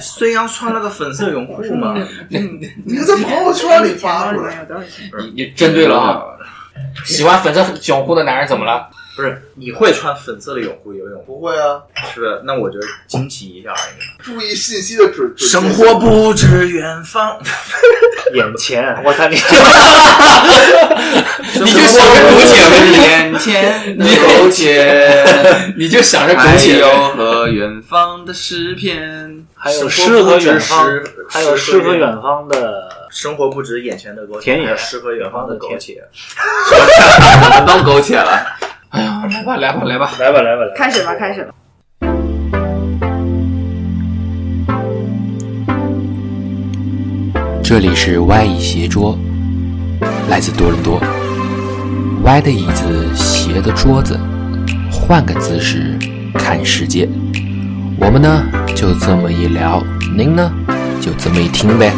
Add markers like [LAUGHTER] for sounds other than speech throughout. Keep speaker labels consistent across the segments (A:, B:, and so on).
A: 孙杨穿了个粉色泳裤嘛，
B: 嗯
C: 你在朋友圈里发出
D: 里面
C: 来，
D: 有多少钱？
E: 你你针对了啊哈，嗯
B: 啊
E: 喜欢粉色泳裤的男人怎么了？
A: 不是，你会穿粉色的泳裤游泳，
C: 不会啊，
A: 是不是？那我就惊奇一下而已。
C: 注意信息的准准确性
A: 生活不止远方， [LAUGHS] 眼前。我 [LAUGHS] 操你！
E: 你就想着苟且呗，你
B: 眼前的苟且，
E: [LAUGHS] 你就想着苟
B: 还
E: 且呗。
B: 有和远方的诗篇。
F: 还有
A: 生
F: 诗
A: 活
F: 和
A: 不止
F: 远方
A: 诗，
F: 还有诗
A: 诗
F: 和
A: 和
F: 远方的，
A: 生活不止眼前的苟且，
F: 田野
A: 还有诗和远方的苟且。
B: 我们都苟且了，
E: 哎呀，来吧来吧来吧，
F: 来吧来吧来吧，
D: [LAUGHS] 开始吧，开始吧。
G: 这里是歪椅斜桌，来自多伦多。歪的椅子，斜的桌子，换个姿势看世界。我们呢，就这么一聊，您呢，就这么一听呗。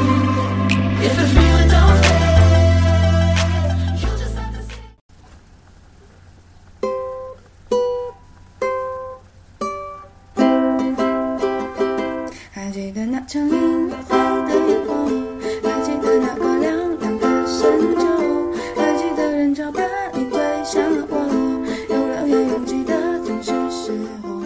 H: 还记得那场淋花的烟火，还记得那个凉凉的深秋，还记得人潮把你推向了我，有了也拥挤的正是时候。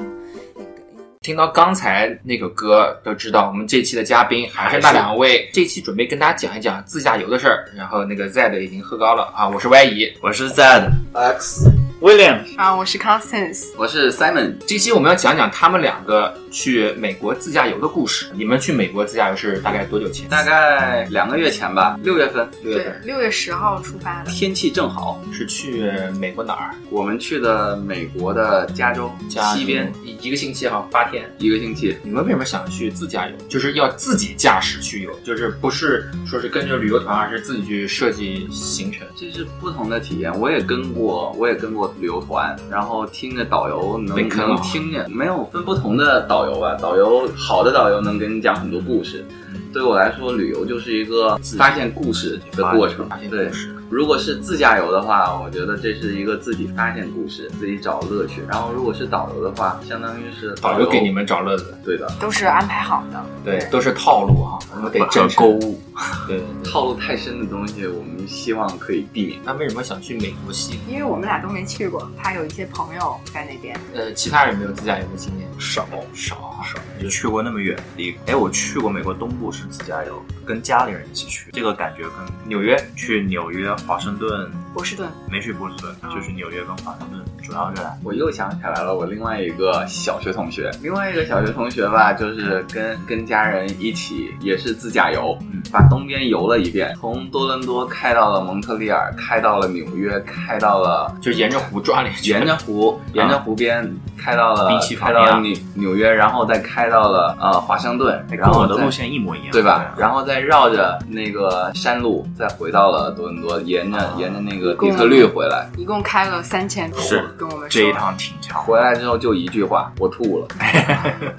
H: 一个人
E: 听到刚才那个歌，都知道我们这期的嘉宾还是那两位。这期准备跟大家讲一讲自驾游的事儿，然后那个 Z 的已经喝高了啊，我是歪姨，
B: 我是 Zad，
C: X
F: William，
D: 啊，我是 Constance，
B: 我是 Simon。
E: 这期我们要讲讲他们两个去美国自驾游的故事。你们去美国自驾游是大概多久前？
B: 大概两个月前吧，六月份，
E: 六月
D: 对
E: 份，。
D: 六月十号出发的，
B: 天气正好，
E: 是去美国哪儿？
B: 我们去的美国的加州
E: 加
B: 西边
E: 一一个星期哈，八天。
B: 一个星期。
E: 你们为什么想去自驾游？就是要自己驾驶去游，就是不是说是跟着旅游团，而是自己去设计行程。
B: 这是不同的体验，我也跟过，我也跟过旅游团，然后听着导游
E: 被
B: 能
E: 坑了
B: 能听见，没有分不同的导游吧，导游好的导游能给你讲很多故事。
E: 嗯
B: 对我来说，旅游就是一个发现故事的过程
E: 发现。
B: 对
E: 故，事，
B: 如果是自驾游的话，我觉得这是一个自己发现故事、自己找乐趣。然后如果是导游的话，相当于是
E: 导游给你们找乐子，
B: 对的
D: 都是安排好的。
E: 对，
A: 嗯
E: 都是套路哈，我们得
B: 和
E: 正
B: 购
E: 视。
B: 物
E: 对，对对
B: 套路太深的东西，我们希望可以避免。
E: 那为什么想去美国西？
D: 因为我们俩都没去过，他有一些朋友在那边，
E: 呃，其他人有没有自驾游的经验？
A: 少
E: 少啊，
A: 少，你去过那么远的地方？哎，我去过美国东部是自驾游，跟家里人一起去，这个感觉跟纽约去纽约、华盛顿
D: 波士顿。
A: 没去波士顿，就是纽约跟华盛顿，主要是
B: 我又想起来了，我另外一个小学同学，另外一个小学同学吧，就是跟跟家人一起也是自驾游，嗯，把东边游了一遍，从多伦多开到了蒙特利尔，开到了纽约，开到了
E: 就沿着湖转了一圈，啊
B: 沿着湖，沿着湖边开到了
A: 比起旁
B: 开
A: 边啊
B: 到了纽纽约，然后再开到了呃华盛顿，
A: 跟
B: 然后
A: 我的
B: 再
A: 路线一模一样，啊
B: 对吧？然后再绕着那个山路，再回到了多伦多，沿着、
A: 啊
B: 沿着那个底特律回来。
D: 一共开了三千多，
A: 是
D: 跟我们
A: 这一
D: 说，
A: 趟挺长，
B: 回来之后就一句话，我吐了。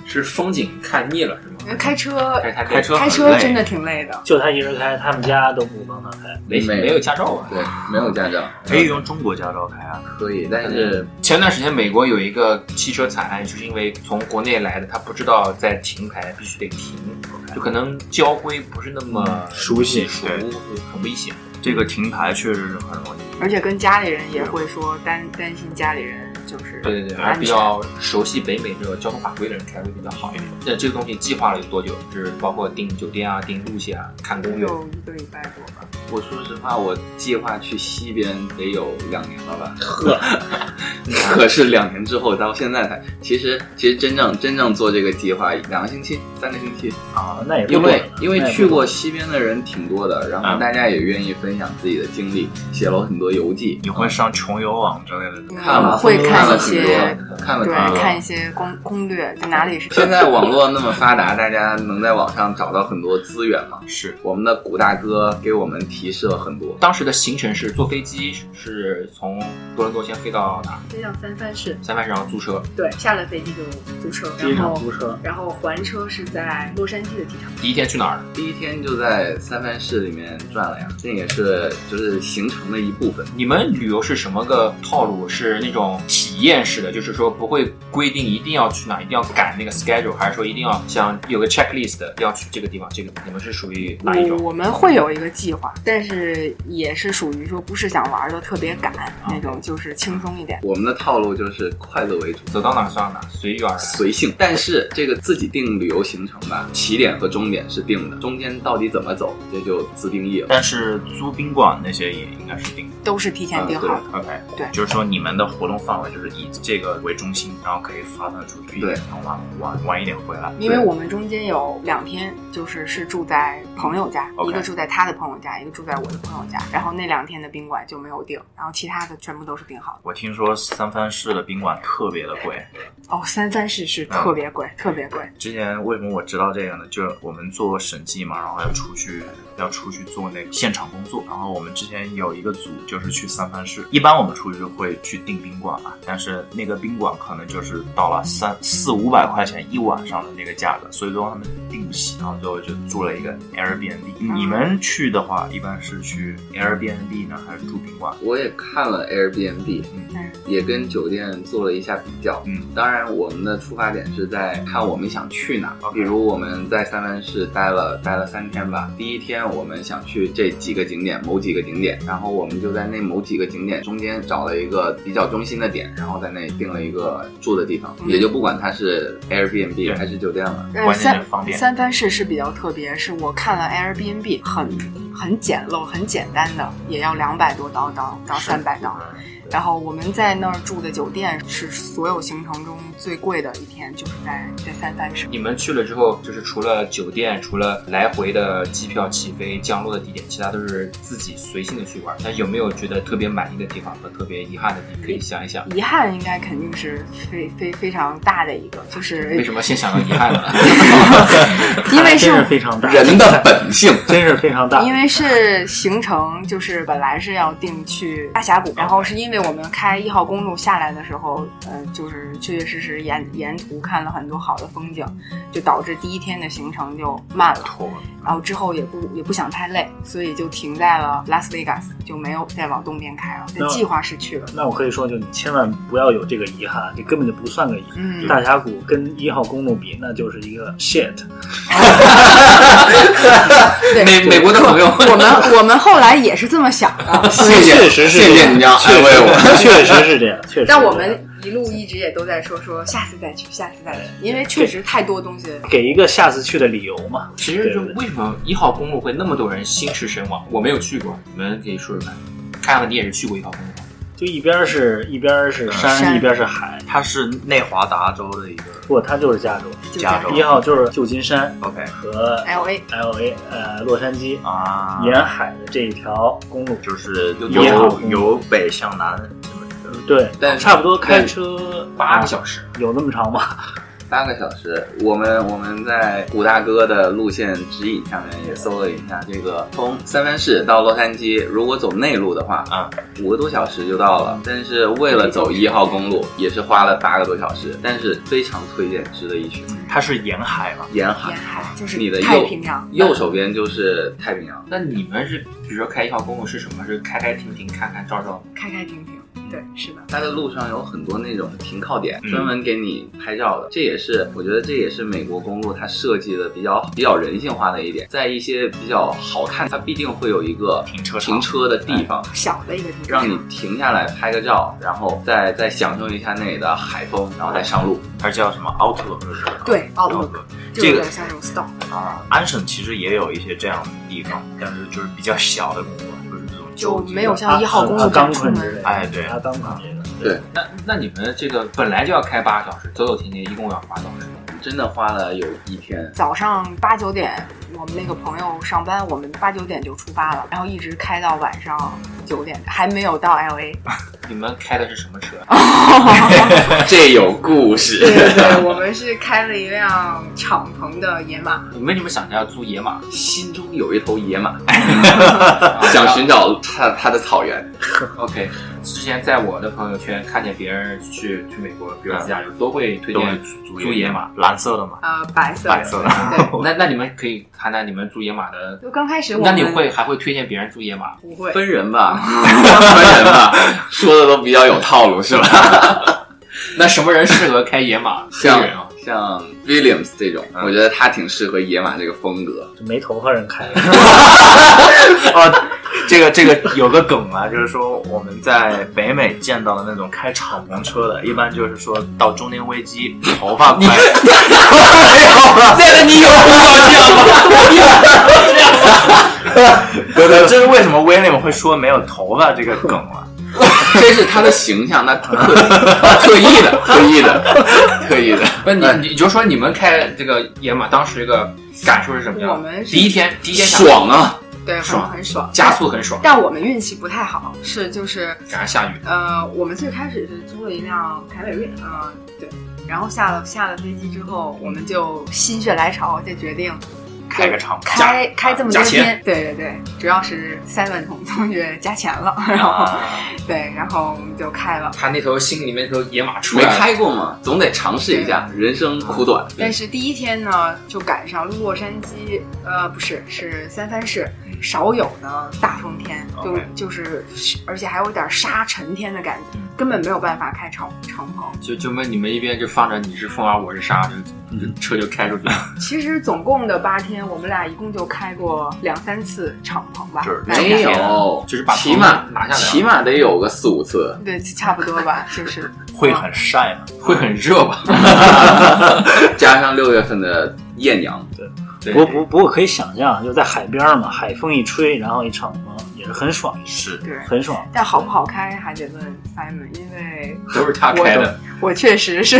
E: 是风景看腻了是吗
D: 因？为开车
E: 开开
B: 开车
D: 开车真的挺累的，
F: 就他一人开，他们家都不帮他开。
E: 没没有驾照啊。
B: 对，没有驾照，
A: 可以用中国驾照开啊，
B: 可以，但是
E: 前段时间美国有一个汽车惨案，就是因为从国内来的，他不知道在停牌必须得停，就可能交规不是那么
A: 嗯熟悉
E: 熟，
A: 对
E: 很危险。
A: 这个停牌确实是很容易。
D: 而且跟家里人也会说担担心家里人就是
E: 对对对，还是
D: 安
E: 比
D: 全。
E: 较熟悉北美这个交通法规的人开会比较好一
A: 嗯
E: 点。那这个东西计划了有多久？就是包括订酒店啊、订路线啊、看攻略。
D: 有一个礼拜多吧，
B: 我说实话，我计划去西边得有两年了吧？ [LAUGHS] 可是两年之后到现在才，其实其实真正真正做这个计划两个星期、三个星期，
F: 啊，那也不
B: 因为
F: 短了
B: 因
F: 那
B: 为
D: 哎
F: 也
B: 去
F: 不
B: 过
F: 短
B: 西边的人挺多的，然
D: 啊
B: 后大家也愿意分享自己的经历，写了很多游记
A: 你。会上穷游网之类的？
D: 因为
B: 看
D: 我
B: 了
D: 们啊会
B: 看
D: 看
B: 了
D: 一
B: 很
D: 些，
B: 多，看了
D: 对
B: 很，多。
D: 看一些攻攻略，在哪里是
B: 现在网络那么发达，大家能在网上找到很多资源嘛？
E: 是
B: 我们的古大哥给我们提示了很多。
E: 当时的行程是坐飞机，是从多伦多先飞到哪儿？
D: 飞到三藩市，
E: 三藩市然后租车。
D: 对，下了飞机就租车，
F: 机
D: 然
F: 场
D: 后
F: 租车，哦
D: 然后还车是在洛杉矶的机场。
E: 第一天去哪儿？
B: 第一天就在三藩市里面转了呀，这也是就是行程的一部分。
E: 你们旅游是什么个套路？是那种体验式的，就是说不会规定一定要去哪，一定要赶那个 schedule，还是说一定要像有个 checklist 的要去这个地方，这个你们是属于哪一
D: 我
E: 种？
D: 我们会有一个计划，但是也是属于说不是想玩的特别赶
F: 啊
D: 那种，就是轻松一点。
B: 我们的套路就是快乐为主，
E: 走到哪儿算哪儿，随遇而安。
B: 随性。但是这个自己定旅游行程吧，起点和终点是定的，中间到底怎么走，这就自定义了。
A: 但是租宾馆那些也应该是定的。
D: 都是提
F: 啊
D: 前定好
E: 啊
D: 的。
A: OK，
D: 对
A: 就是说你们的活动范围就是以这个为中心，然后可以发散出去，
B: 对
A: 然后晚晚晚一点回来。
D: 因为我们中间有两天，就是是住在朋友家
A: OK
D: 一个住在他的朋友家，一个住在我的朋友家。然后那两天的宾馆就没有订，然后其他的全部都是订好
A: 我听说三藩市的宾馆特别的贵，
D: 的。哦，三藩市是特别贵，特别贵。
A: 之前为什么我知道这个呢？就是我们做审计嘛，然后要出去要出去做那个现场工作。然后我们之前有一个组就是去三藩市，一般我们出去会去订宾馆嘛，但是那个宾馆可能就是到了三四五百块钱一晚上的那个价格，所以说他们订不起，然后最后就住了一个 Airbnb。你
E: 嗯
A: 们去的话，一般是去 Airbnb 呢，还是住宾馆？
B: 我也看了 Airbnb，
D: 嗯
B: 也跟酒店做了一下比较。
A: 嗯，
B: 当然，我们的出发点是在看我们想去哪儿。
A: OK
B: 比如我们在三藩市待了待了三天吧，第一天我们想去这几个景点，某几个景点，然后我们就在那某几个景点中间找了一个比较中心的点，然后在那定了一个住的地方，
D: 嗯
B: 也就不管它是 Airbnb
A: 对
B: 还是酒店了。
D: 但
A: 关
D: 是
A: 键是
D: 呃三
A: 方便
D: 三藩市是比较特别，是我看了 Airbnb 很很简陋、很简单的，也要两百多刀到到三百刀。然后我们在那儿住的酒店是所有行程中最贵的一天，就是在在三藩市。
E: 你们去了之后，就是除了酒店，除了来回的机票、起飞、降落的地点，其他都是自己随性的去玩。那有没有觉得特别满意的地方和特别遗憾的地方？可以想一想。
D: 遗憾应该肯定是非非非常大的一个，就是
E: 为什么先想到遗 [LAUGHS] 憾呢？
D: 因为
F: 真是
D: 是
F: 非常大，
B: 人的本性，
F: 真是非常大。
D: 因为是行程，就是本来是要定去大峡谷，然后是因为我们开一号公路下来的时候，呃，就是确确实实沿沿途看了很多好的风景，就导致第一天的行程就慢了，然后之后也不也不想太累，所以就停在了拉斯维加斯，就没有再往东边开了。但
F: 那
D: 计划是
A: [LAUGHS]
D: 去了，
F: 那我可以说，就你千万不要有这个遗憾，这根本就不算个遗憾。
D: 嗯，
F: 大峡谷跟一号公路比，那就是一个 shit。
D: 对，
E: 美美国的朋友，
D: 我们我们后来也是这么想
A: [LAUGHS]
D: 的，
B: 谢谢，
F: 确实是
B: 谢
F: 这
B: 谢
F: 样
B: 你这样安
F: 确
B: 慰我。
F: 实确实是这样，确实是这样。
D: 但我们一路一直也都在说说下次再去，下次再去，因为确实太多东西。
F: 给一个下次去的理由嘛。
E: 其实就为什么一号公路会那么多人心驰神往？我没有去过，你们可以说说看。看看你也是去过一号公路吗，
F: 就一边是一边是
D: 山
F: 山，一边是海。
A: 它是内华达州的一个
F: 不，它就是加州。
D: 就这
A: 加
D: 样
A: 州
F: 一号就是旧金山
A: OK
F: 和
D: L A，
F: L A 呃洛杉矶
A: 啊，
F: 沿海的这一条公路。
A: 就是
F: 一号
A: 由
F: 公路
A: 由北向南这么一个
F: 对，
B: 但是
F: 差
E: 啊
F: 不多
A: 嗯
F: 开车
E: 八个小时。
F: 有那么长吗？
B: 八个小时，我们我们在古大哥的路线指引上面也搜了一下，这个从三藩市到洛杉矶，如果走内陆的话，
A: 啊，
B: 五个多小时就到了。但是为了走一号公路，也是花了八个多小时，但是非常推荐，值得一去。
A: 它是沿海嘛，
B: 沿海
D: 沿，海就是
B: 啊你的右
D: 太平洋，
B: 右手边就是太平洋，
E: 那你们是，比如说开一号公路是什么？是开开停停，看看照照。
D: 开开停停，对，是的。
B: 它的路上有很多那种停靠点，
A: 嗯
B: 专门给你拍照的。这也是我觉得这也是美国公路它设计的比较比较人性化的一点，在一些比较好看，它必定会有一个
A: 停车场
B: 停车哎的地方。
D: 小的一个停车
B: 让你
D: 场，
B: 停下来拍个照，然后再再享受一下那里的海风，然后再上路。
A: 它叫什么 Outlook 是吧
D: 对，Outlook
A: Outlook
D: 就有
A: 这个
D: 点像这种 stop，
A: 啊，安省其实也有一些这样的地方，但是就是比较小的公路，就是这种
D: 就
A: 州级的
D: 没有像一号公
F: 阿
D: 路这
F: 啊钢
D: 样出
F: 昆之类
D: 门。
F: 的，
A: 哎对
F: 阿钢昆之类的。
E: 那那你们这个本来就要开八个小时，走走停停一共要八小时。
B: 真的花了有一天，
D: 早上八九点，我们那个朋友上班，我们八九点就出发了，然后一直开到晚上九点，还没有到 L A。
E: 你们开的是什么车？
B: 这有故事。
D: 对对，我们是开了一辆敞篷的野马，
E: 你为什么想着要租野 [LAUGHS] 马？
B: 心中有一头野马，想寻找啊它它的草原。
E: OK，之前在我的朋友圈看见别人去去美国，比如自驾游，都会推
A: 都会
E: 荐租
A: 租
E: 野
A: 野
E: 马
A: 马。，蓝色
D: [LAUGHS]
A: 的嘛，
D: 呃，白色的，
A: 白色的
D: 对，
E: 那那你们可以谈谈你们租野马的。
D: 就刚开始我
E: 那
D: 们
E: 你会还会推荐别人租野马？
D: 不会？
B: [LAUGHS] 分人吧，分人吧，说的都比较有套路是吧？
E: 那什么人适合开野 [LAUGHS] 马？黑
B: 像
E: 人啊，
B: 像 Williams 这种，
E: 啊
B: 我觉得他挺适合野马这个风格。
F: 就没头发人开的，
A: [LAUGHS] 哦，这个这个有个梗啊，就是说我们在北美见到的那种开敞篷车的，一般就是说到中年危机，头发快，
E: 啊那个你有必要这样吗？
A: 对对，这是为什么威廉会说没有头发这个梗了、
B: 这是他的形象，那特
E: [LAUGHS]
B: 特意的，特意的，特意的。
E: 不，你你就说你们开这个野马当时这个感受是什么
D: 我
E: 样？
D: 们是
E: 第一天，第一天下
B: 爽啊！
D: 对很
E: 爽
D: 很爽，
E: 加速很爽，
D: 但我们运气不太好，是就是
E: 赶上下雨，
D: 呃，我们最开始是租了一辆凯美瑞，嗯、对，然后下了下了飞机之后，我们就心血来潮，就决定
A: 开个敞篷。
D: 开开这么多
E: 加钱
D: 天，对对对，主要是 Simon 同同学加钱了，然后、
A: 啊
D: 对，然后我们就开了。
E: 啊他那头心里面那头野马出
B: 没
E: 来了，
B: 开过嘛，总得尝试一下。人生苦短，
D: 但是第一天呢，就赶上洛杉矶，呃，不是，是三藩市少有的大风天，就
A: 嗯 OK
D: 就是，而且还有点沙尘天的感觉，
A: 嗯
D: 根本没有办法开敞敞篷。
E: 就就问你们一边就放着你是风儿我是沙，就就车就开出去了。
D: 其实总共的八天，我们俩一共就开过两三次敞篷吧，
A: 就是
D: 大概
B: 没有，
E: 就是把
B: 起码
E: 头拿下来
B: 起码得有个四五次。
D: 对，差不多吧，就是
A: 会很晒吗？
E: 会很热吧？
B: 加上六月份的艳阳，
E: 对
F: 不不不过可以想象，啊就在海边嘛，海风一吹，然后一敞篷也是很爽，
A: 是，
D: 对。
F: 很爽。
D: 但好不好开还得问 Simon，因为
E: 都是他开的，
D: 我确实是，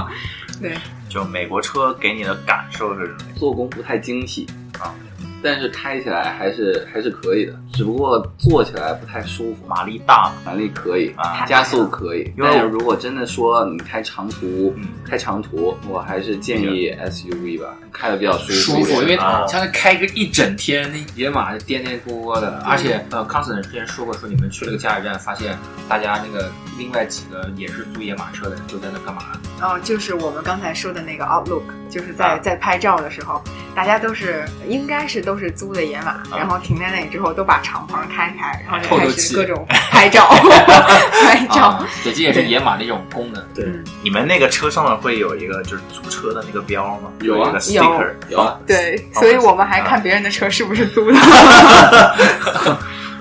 D: [LAUGHS] 对，
A: 就美国车给你的感受是什么？
B: 做工不太精细啊，但是开起来还是还是可以的，只不过坐起来不太舒服。
A: 马力大吗？
B: 马力可以
A: 啊
B: 加速可以，
A: 因为
B: 但是如果真的说你开长途
A: 嗯，
B: 开长途，我还是建议 SUV 吧，开的比较舒
E: 舒
B: 服一
E: 服，因
B: 点。
E: 为
A: 啊
E: 像他开个一整天，那野马就颠颠簸簸的。而且呃，康斯坦之前说过，说你们去了个加油站，发现大家那个另外几个也是租野马车的，就在那干嘛？
D: 哦，就是我们刚才说的那个 Outlook，就是在、在拍照的时候，大家都是应该是都是租的野马，然后停在那里之后都把敞篷开开，然后就
E: 透
D: 开
E: 透
D: 始
E: 气
D: 各种拍照， [LAUGHS] 拍照
E: 啊，，对，这也是野马的一种功能。
F: 对，
A: 你们那个车上面会有一个就是租车的那个标吗？
B: 有啊
A: 一个 sticker，
B: 有啊，
D: 对，
A: 好
D: 所以我们还看别人的车是不是租的，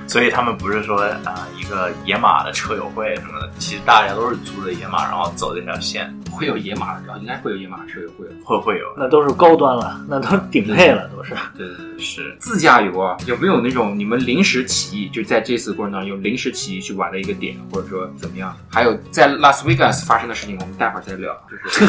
A: 所以他们不是说啊、一个野马的车友会什么的，其实大家都是租的野马，然后走这条线，
E: 会有野马的，啊然后应该会有野马车，会有。
A: 会会有
F: 那都是高端了，那都顶配了，
D: [LAUGHS]
F: 都是。
E: 对对对。
A: 是
E: 自驾游啊，有没有那种你们临时起意，就在这次过程当中有临时起意去玩的一个点，或者说怎么样？还有在拉斯维加斯发生的事情，我们待会儿再聊。
B: [LAUGHS]
E: 就是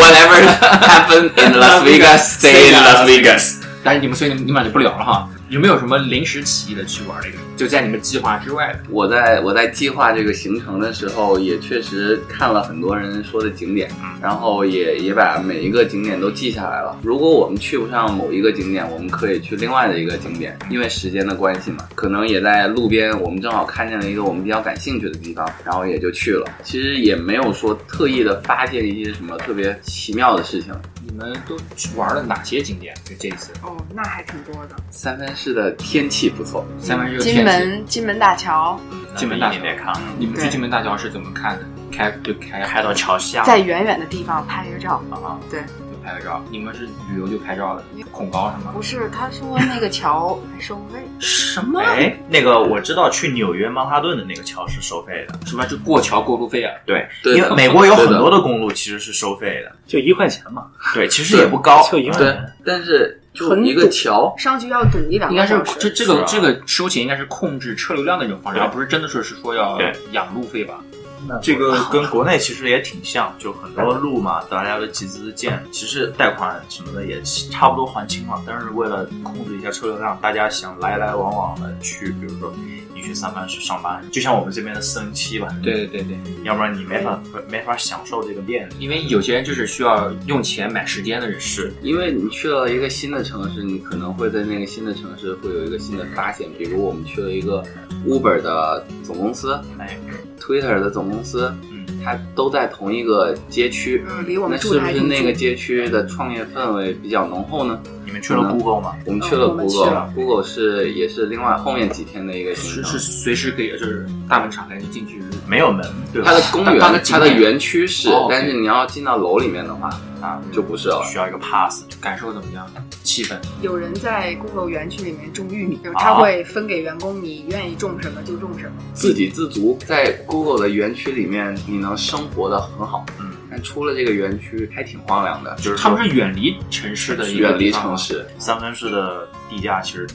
B: Whatever happened in Las Vegas, stay in Las Vegas。
E: 但是你们所以你们俩就不聊了哈。有没有什么临时起意的去玩的一个，就在你们计划之外的？
B: 我在我在计划这个行程的时候，也确实看了很多人说的景点，然后也也把每一个景点都记下来了。如果我们去不上某一个景点，我们可以去另外的一个景点，因为时间的关系嘛，可能也在路边，我们正好看见了一个我们比较感兴趣的地方，然后也就去了。其实也没有说特意的发现一些什么特别奇妙的事情。
E: 你们都去玩了哪些景点？就这一次，
D: 哦，那还挺多的。
B: 三藩市的天气不错，
E: 三藩市有天气
D: 金，门金门大桥，嗯
E: 金门大
A: 嗯
E: 桥
A: 你别看了，
E: 你们去
D: 对
E: 金门大桥是怎么看的？开就开
A: 开到桥下，
D: 在远远的地方拍个照，
E: 啊，
D: 对，
E: 就拍个照。你们是旅游就拍照的，恐高是吗？
D: 不是他说那个桥还收费，
E: 什么
A: 哎，那个我知道去纽约曼哈顿的那个桥是收费的，
E: 什么就过桥过路费啊？
A: 对，
B: 对
A: 因为
B: 的
A: 美国有
B: 对
A: 很
B: 的
A: 多的公路其实是收费的，
F: 就一块钱嘛，
A: 对，其实也不高，
F: 就一块
B: 对
F: 钱。，
B: 但是就
D: 很
B: 一个
D: 堵
B: 桥，
D: 上去要堵一两
E: 应该
D: 个
E: 是
D: 小时。
E: 这这个、
A: 是啊
E: 这个收钱应该是控制车流量的一种方式，
A: 对
E: 而不是真的说是说要
A: 对
E: 养路费吧？
F: 那
A: 这个跟国内其实也挺像，就很多路嘛，大家都集资建，其实贷款什么的也差不多还清了，但是为了控制一下车流量，大家想来来往往的去，比如说你去三藩市上班，就像我们这边的四零七吧，
E: [LAUGHS] 对对对对，
A: 要不然你没法没法享受这个便利。
E: 因为有些人就是需要用钱买时间的人是。
B: 因为你去了一个新的城市，你可能会在那个新的城市会有一个新的发现。比如我们去了一个 Uber 的总公司
A: 哎，
B: ，Twitter 的总公司，
A: 嗯，
B: 它都在同一个街区。
D: 嗯，离我
B: 那
D: 们住
B: 是
D: 的
B: 不
D: 还
B: 是
D: 挺
B: 那个
D: 近
B: 街区的创业氛围比较浓厚呢？
A: 你们去了 Google 吗？
B: 我们去了
D: 嗯我们去
B: Google，Google、
D: 了
B: Google 是也是另外后面几天的一个行
E: 是
B: 程。
E: 是随时可以，就是大门敞开就进去，
A: 没有门，对吧
B: 它？的公
E: 它它的
B: 园，
E: 景
B: 它的
E: 点
B: 园区是
E: 哦，
B: 但是你要进到楼里面的话，
E: 啊，
B: 就不是了。
A: 需要一个 pass，
E: 感受怎么样？气氛
D: 有人在公有园区里面种玉米，就是他会分给员工，你愿意种什么就种什么。
B: 自给自足，在 Google 的园区里面，你能生活的很好。
A: 嗯，
B: 但出了这个园区，还挺荒凉的，
A: 就是
E: 他们
A: 说
E: 是远离城市的一个
B: 远离
E: 地方
B: 城
E: 吗，
B: 市。
A: 三藩市的地价其实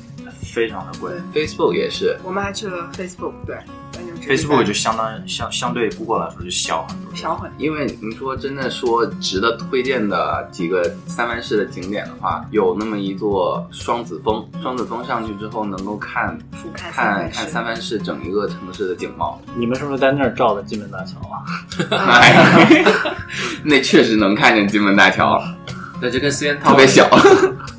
A: 非常的贵。
B: Facebook 也是，
D: 我们还去了 Facebook，对完全只是在
A: Facebook 就相当相相对 Google 来说就小很多，
D: 小很。
B: 因为您说真的说值得推荐的几个三藩市的景点的话，有那么一座双子峰，双子峰上去之后能够看
D: 俯瞰三
B: 看
D: 藩
B: 看
D: 市
B: 三藩市整一个城市的景
F: [LAUGHS]
B: 貌，
F: 你们是不是在那儿照的金门大桥
A: [LAUGHS]
F: 啊？
B: 那确实能看见金门大桥，
E: 那就跟四元汤
B: 特别小。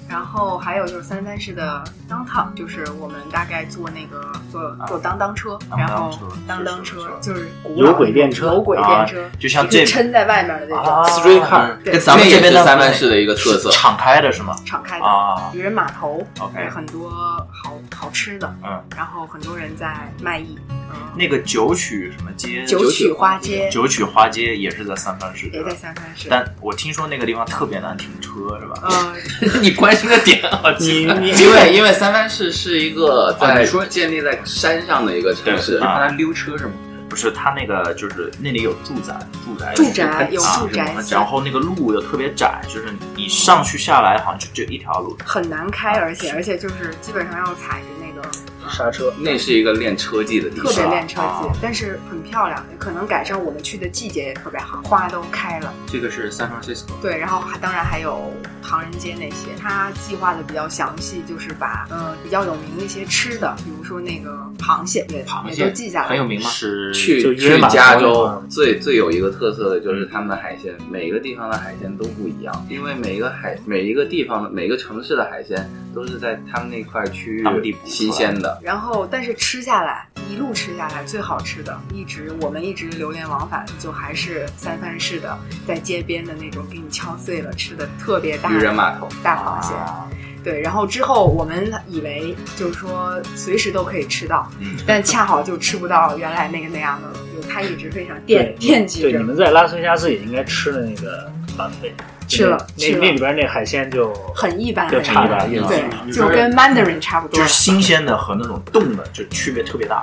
D: 然后还有就是三藩市的 downtown，就是我们大概坐那个坐坐当当车，
A: 啊当当
D: 然后
A: 车
D: 当当
A: 是是
D: 车
A: 是
D: 就是古老
F: 有轨电车
D: 有轨电车，
A: 啊就像
D: 就
A: 这
D: 是撑在外面的那种，
A: 啊
F: Street car
D: 对
A: 跟咱们
B: 那
A: 这
B: 也
A: 边
B: 是
A: 的
B: 三藩市的一个特
A: [LAUGHS]
B: 色
A: 是。敞开的是吗？
D: 敞开的。
A: 啊
D: 渔人码头
A: ，OK，
D: 有很多好好吃的，
A: 嗯，
D: 然后很多人在卖艺，嗯，
A: 那个九曲什么街，
D: 九曲花街
A: 九曲花街也是在三藩市，
D: 也
A: 对吧
D: 在三藩市。
A: 但我听说那个地方特别难停车，是吧？
D: 呃，
E: 你关心的点
D: 啊
A: [LAUGHS]
E: 好奇怪。
B: [LAUGHS] 因为因为三藩市是一个
E: 啊
B: 在
E: 你说
B: 建立在山上的一个城市
A: 对，啊
E: 让他溜车是吗？
A: 不是，它那个就是那里有住宅，住宅
D: 住宅有
A: 啊
D: 住宅
A: 然后然后那个路又特别窄，就是你上去下来好像就只有一条路，
D: 很难开，
A: 啊
D: 而且而且就是基本上要踩着那个
F: [LAUGHS] 刹车，
B: 那是一个练车技的地
D: 特别
B: 方。
D: 练车
E: 啊
D: 技，但是很漂亮。可能赶上我们去的季节也特别好，花都开了。
E: 这个是 San Francisco，
D: 对，然后还当然还有唐人街那些，他计划的比较详细，就是把呃比较有名的一些吃的，比如说那个螃蟹，对，
E: 螃
D: 也
E: 蟹
D: 都记下来。
E: 很有名吗？
A: 是
B: 去
F: 就约
B: 去
F: 马
B: 加
F: 头那
B: 州
F: 块儿
B: 最最有一个特色的就是他们的海鲜，每个地方的海鲜都不一样，因为每一个海每一个地方的每个城市的海鲜都是在他们那块区
A: 当地
B: 域
A: 捕出来的
B: 新鲜的。
D: 然后，但是吃下来，一路吃下来，最好吃的，一直我们一直流连忘返，就还是三藩市的，在街边的那种给你敲碎了吃的特别大
B: 渔人
D: 的
B: 码头，
D: 大螃蟹。
A: 啊
D: 对，然后之后我们以为就是说随时都可以吃到，但恰好就吃不到原来那个那样的了，就他一直非常惦
F: 对
D: 惦记
F: 对，你
D: 着。
F: 们在拉斯维加斯也应该吃的那个版本，
D: 吃了
F: 那
D: 吃
F: 那
D: 了
F: 那里边那海鲜就
D: 很一般，
F: 就
D: 很
F: 差
D: 一
F: 点
D: 般，
F: 意思。
D: 对，就跟 Mandarin 差不多，
A: 就是新鲜的和那种冻的就区别特别大。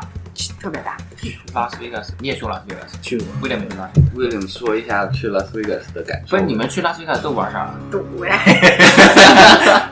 D: 特别大。
E: 拉斯维加斯，你也去过拉斯维加斯？
F: 去过
E: 威廉没去拉斯维加斯。
B: 为什么说一下去拉斯维加斯的感受？
E: 不是你们去拉斯维加斯都玩啥？
D: 对，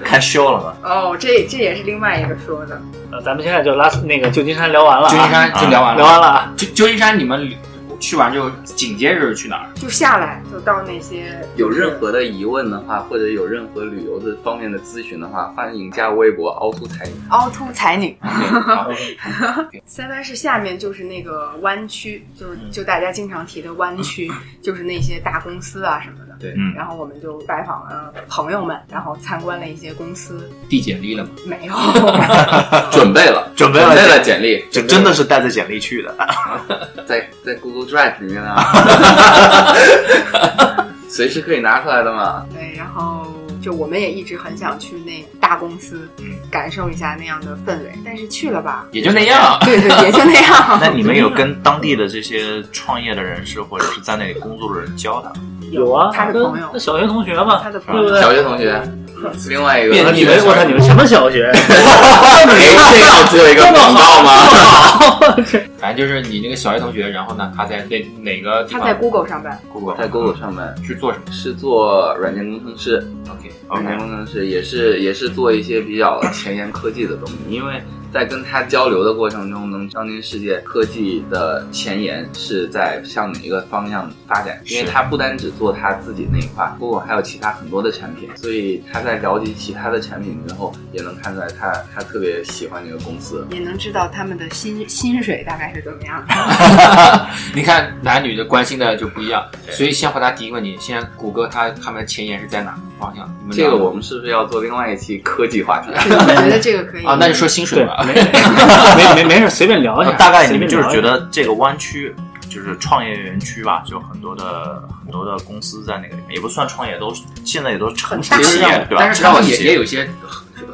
A: 看 show 了吗？
D: [LAUGHS] 哦，这这也是另外一个说的。
F: 呃，咱们现在就拉斯那个旧金山聊完了、啊，
E: 旧金山就聊完了。
F: 聊完了啊，
E: 旧旧金山，你们去完之后，紧接着是去哪儿？
D: 就下来就到那些
B: 有任何的疑问的话，或者有任何旅游的方面的咨询的话，欢迎加微博凹凸台。
D: [LAUGHS] 凹凸才女。
E: 对好
D: [LAUGHS] 三藩市下面就是那个湾区，就是就大家经常提的湾区，就是那些大公司啊什么的。
E: 对
A: 嗯
D: 然后我们就拜访了朋友们，然后参观了一些公司，
E: 递简历了吗？ [LAUGHS]
D: 没有，
B: 准备了，
A: 准备
B: 准
A: 了
B: 备了简历，
A: 这真的是带着简历去的，
B: 在在 Google Drive 里面啊， [LAUGHS] 随时可以拿出来的嘛。
D: 对，然后就我们也一直很想去那大公司，
E: 嗯
D: 感受一下那样的氛围，但是去了
E: [LAUGHS]
D: 吧，
E: 也就那样。
D: 对对，也就那样。
A: [LAUGHS] 那你们有跟当地的这些创业的人士或者是在那里工作的人交谈吗？
F: 有啊，
D: 他的
F: 跟
D: 朋友
F: 那小学同学 [LAUGHS] 嘛，
D: 他的朋
F: 对不
D: 友
F: 对？
B: 小学同 [LAUGHS] 学，另外一个
F: 啊
B: 哎，
F: 你们我操，你们什么小学？
B: 这样只有一个广告吗？
E: 反正就是你那个小学同学，然后呢，他在哪哪个
D: [LAUGHS]
E: 地
D: 他
E: 方？
D: 在 Google 上班，
E: Google
B: 在 Google 上班
E: 去做什么
B: 是做软件工程师，
E: ？OK，
B: 软件工程师也是也是做一些比较前沿科技的东西，因为在跟他交流的过程中，能当今世界科技的前沿是在向哪一个方向发展？因为他不单只做他自己那一块，Google 还有其他很多的产品，所以他在了解其他的产品之后，也能看出来他他特别喜欢这个公司。
D: 也能知道他们的薪薪水大概是怎么样的。
E: 你看男女的关心的就不一样，所以先回答第一个问题，先谷歌它他们的前沿是在哪个方向？你们
B: 这个
E: 聊
B: 我们是不是要做另外一期科技话题？啊
D: 我觉得这个可以
E: 啊，那就说薪水
F: 对
E: 吧，。
F: 没 [LAUGHS] 没没没事，随便聊一下。
A: 大概你
F: 随
A: 们
F: 便
A: 就是
F: 聊一
A: 觉
F: 下
A: 得这个湾区就是创业园区吧，就很多的很多的公司在那个里面，也不算创业，都是现在也都是成熟
D: 很大
A: 企业，对吧？
E: 但是他
A: 知道
E: 们
A: 企
E: 也
A: 业
E: 也有一些，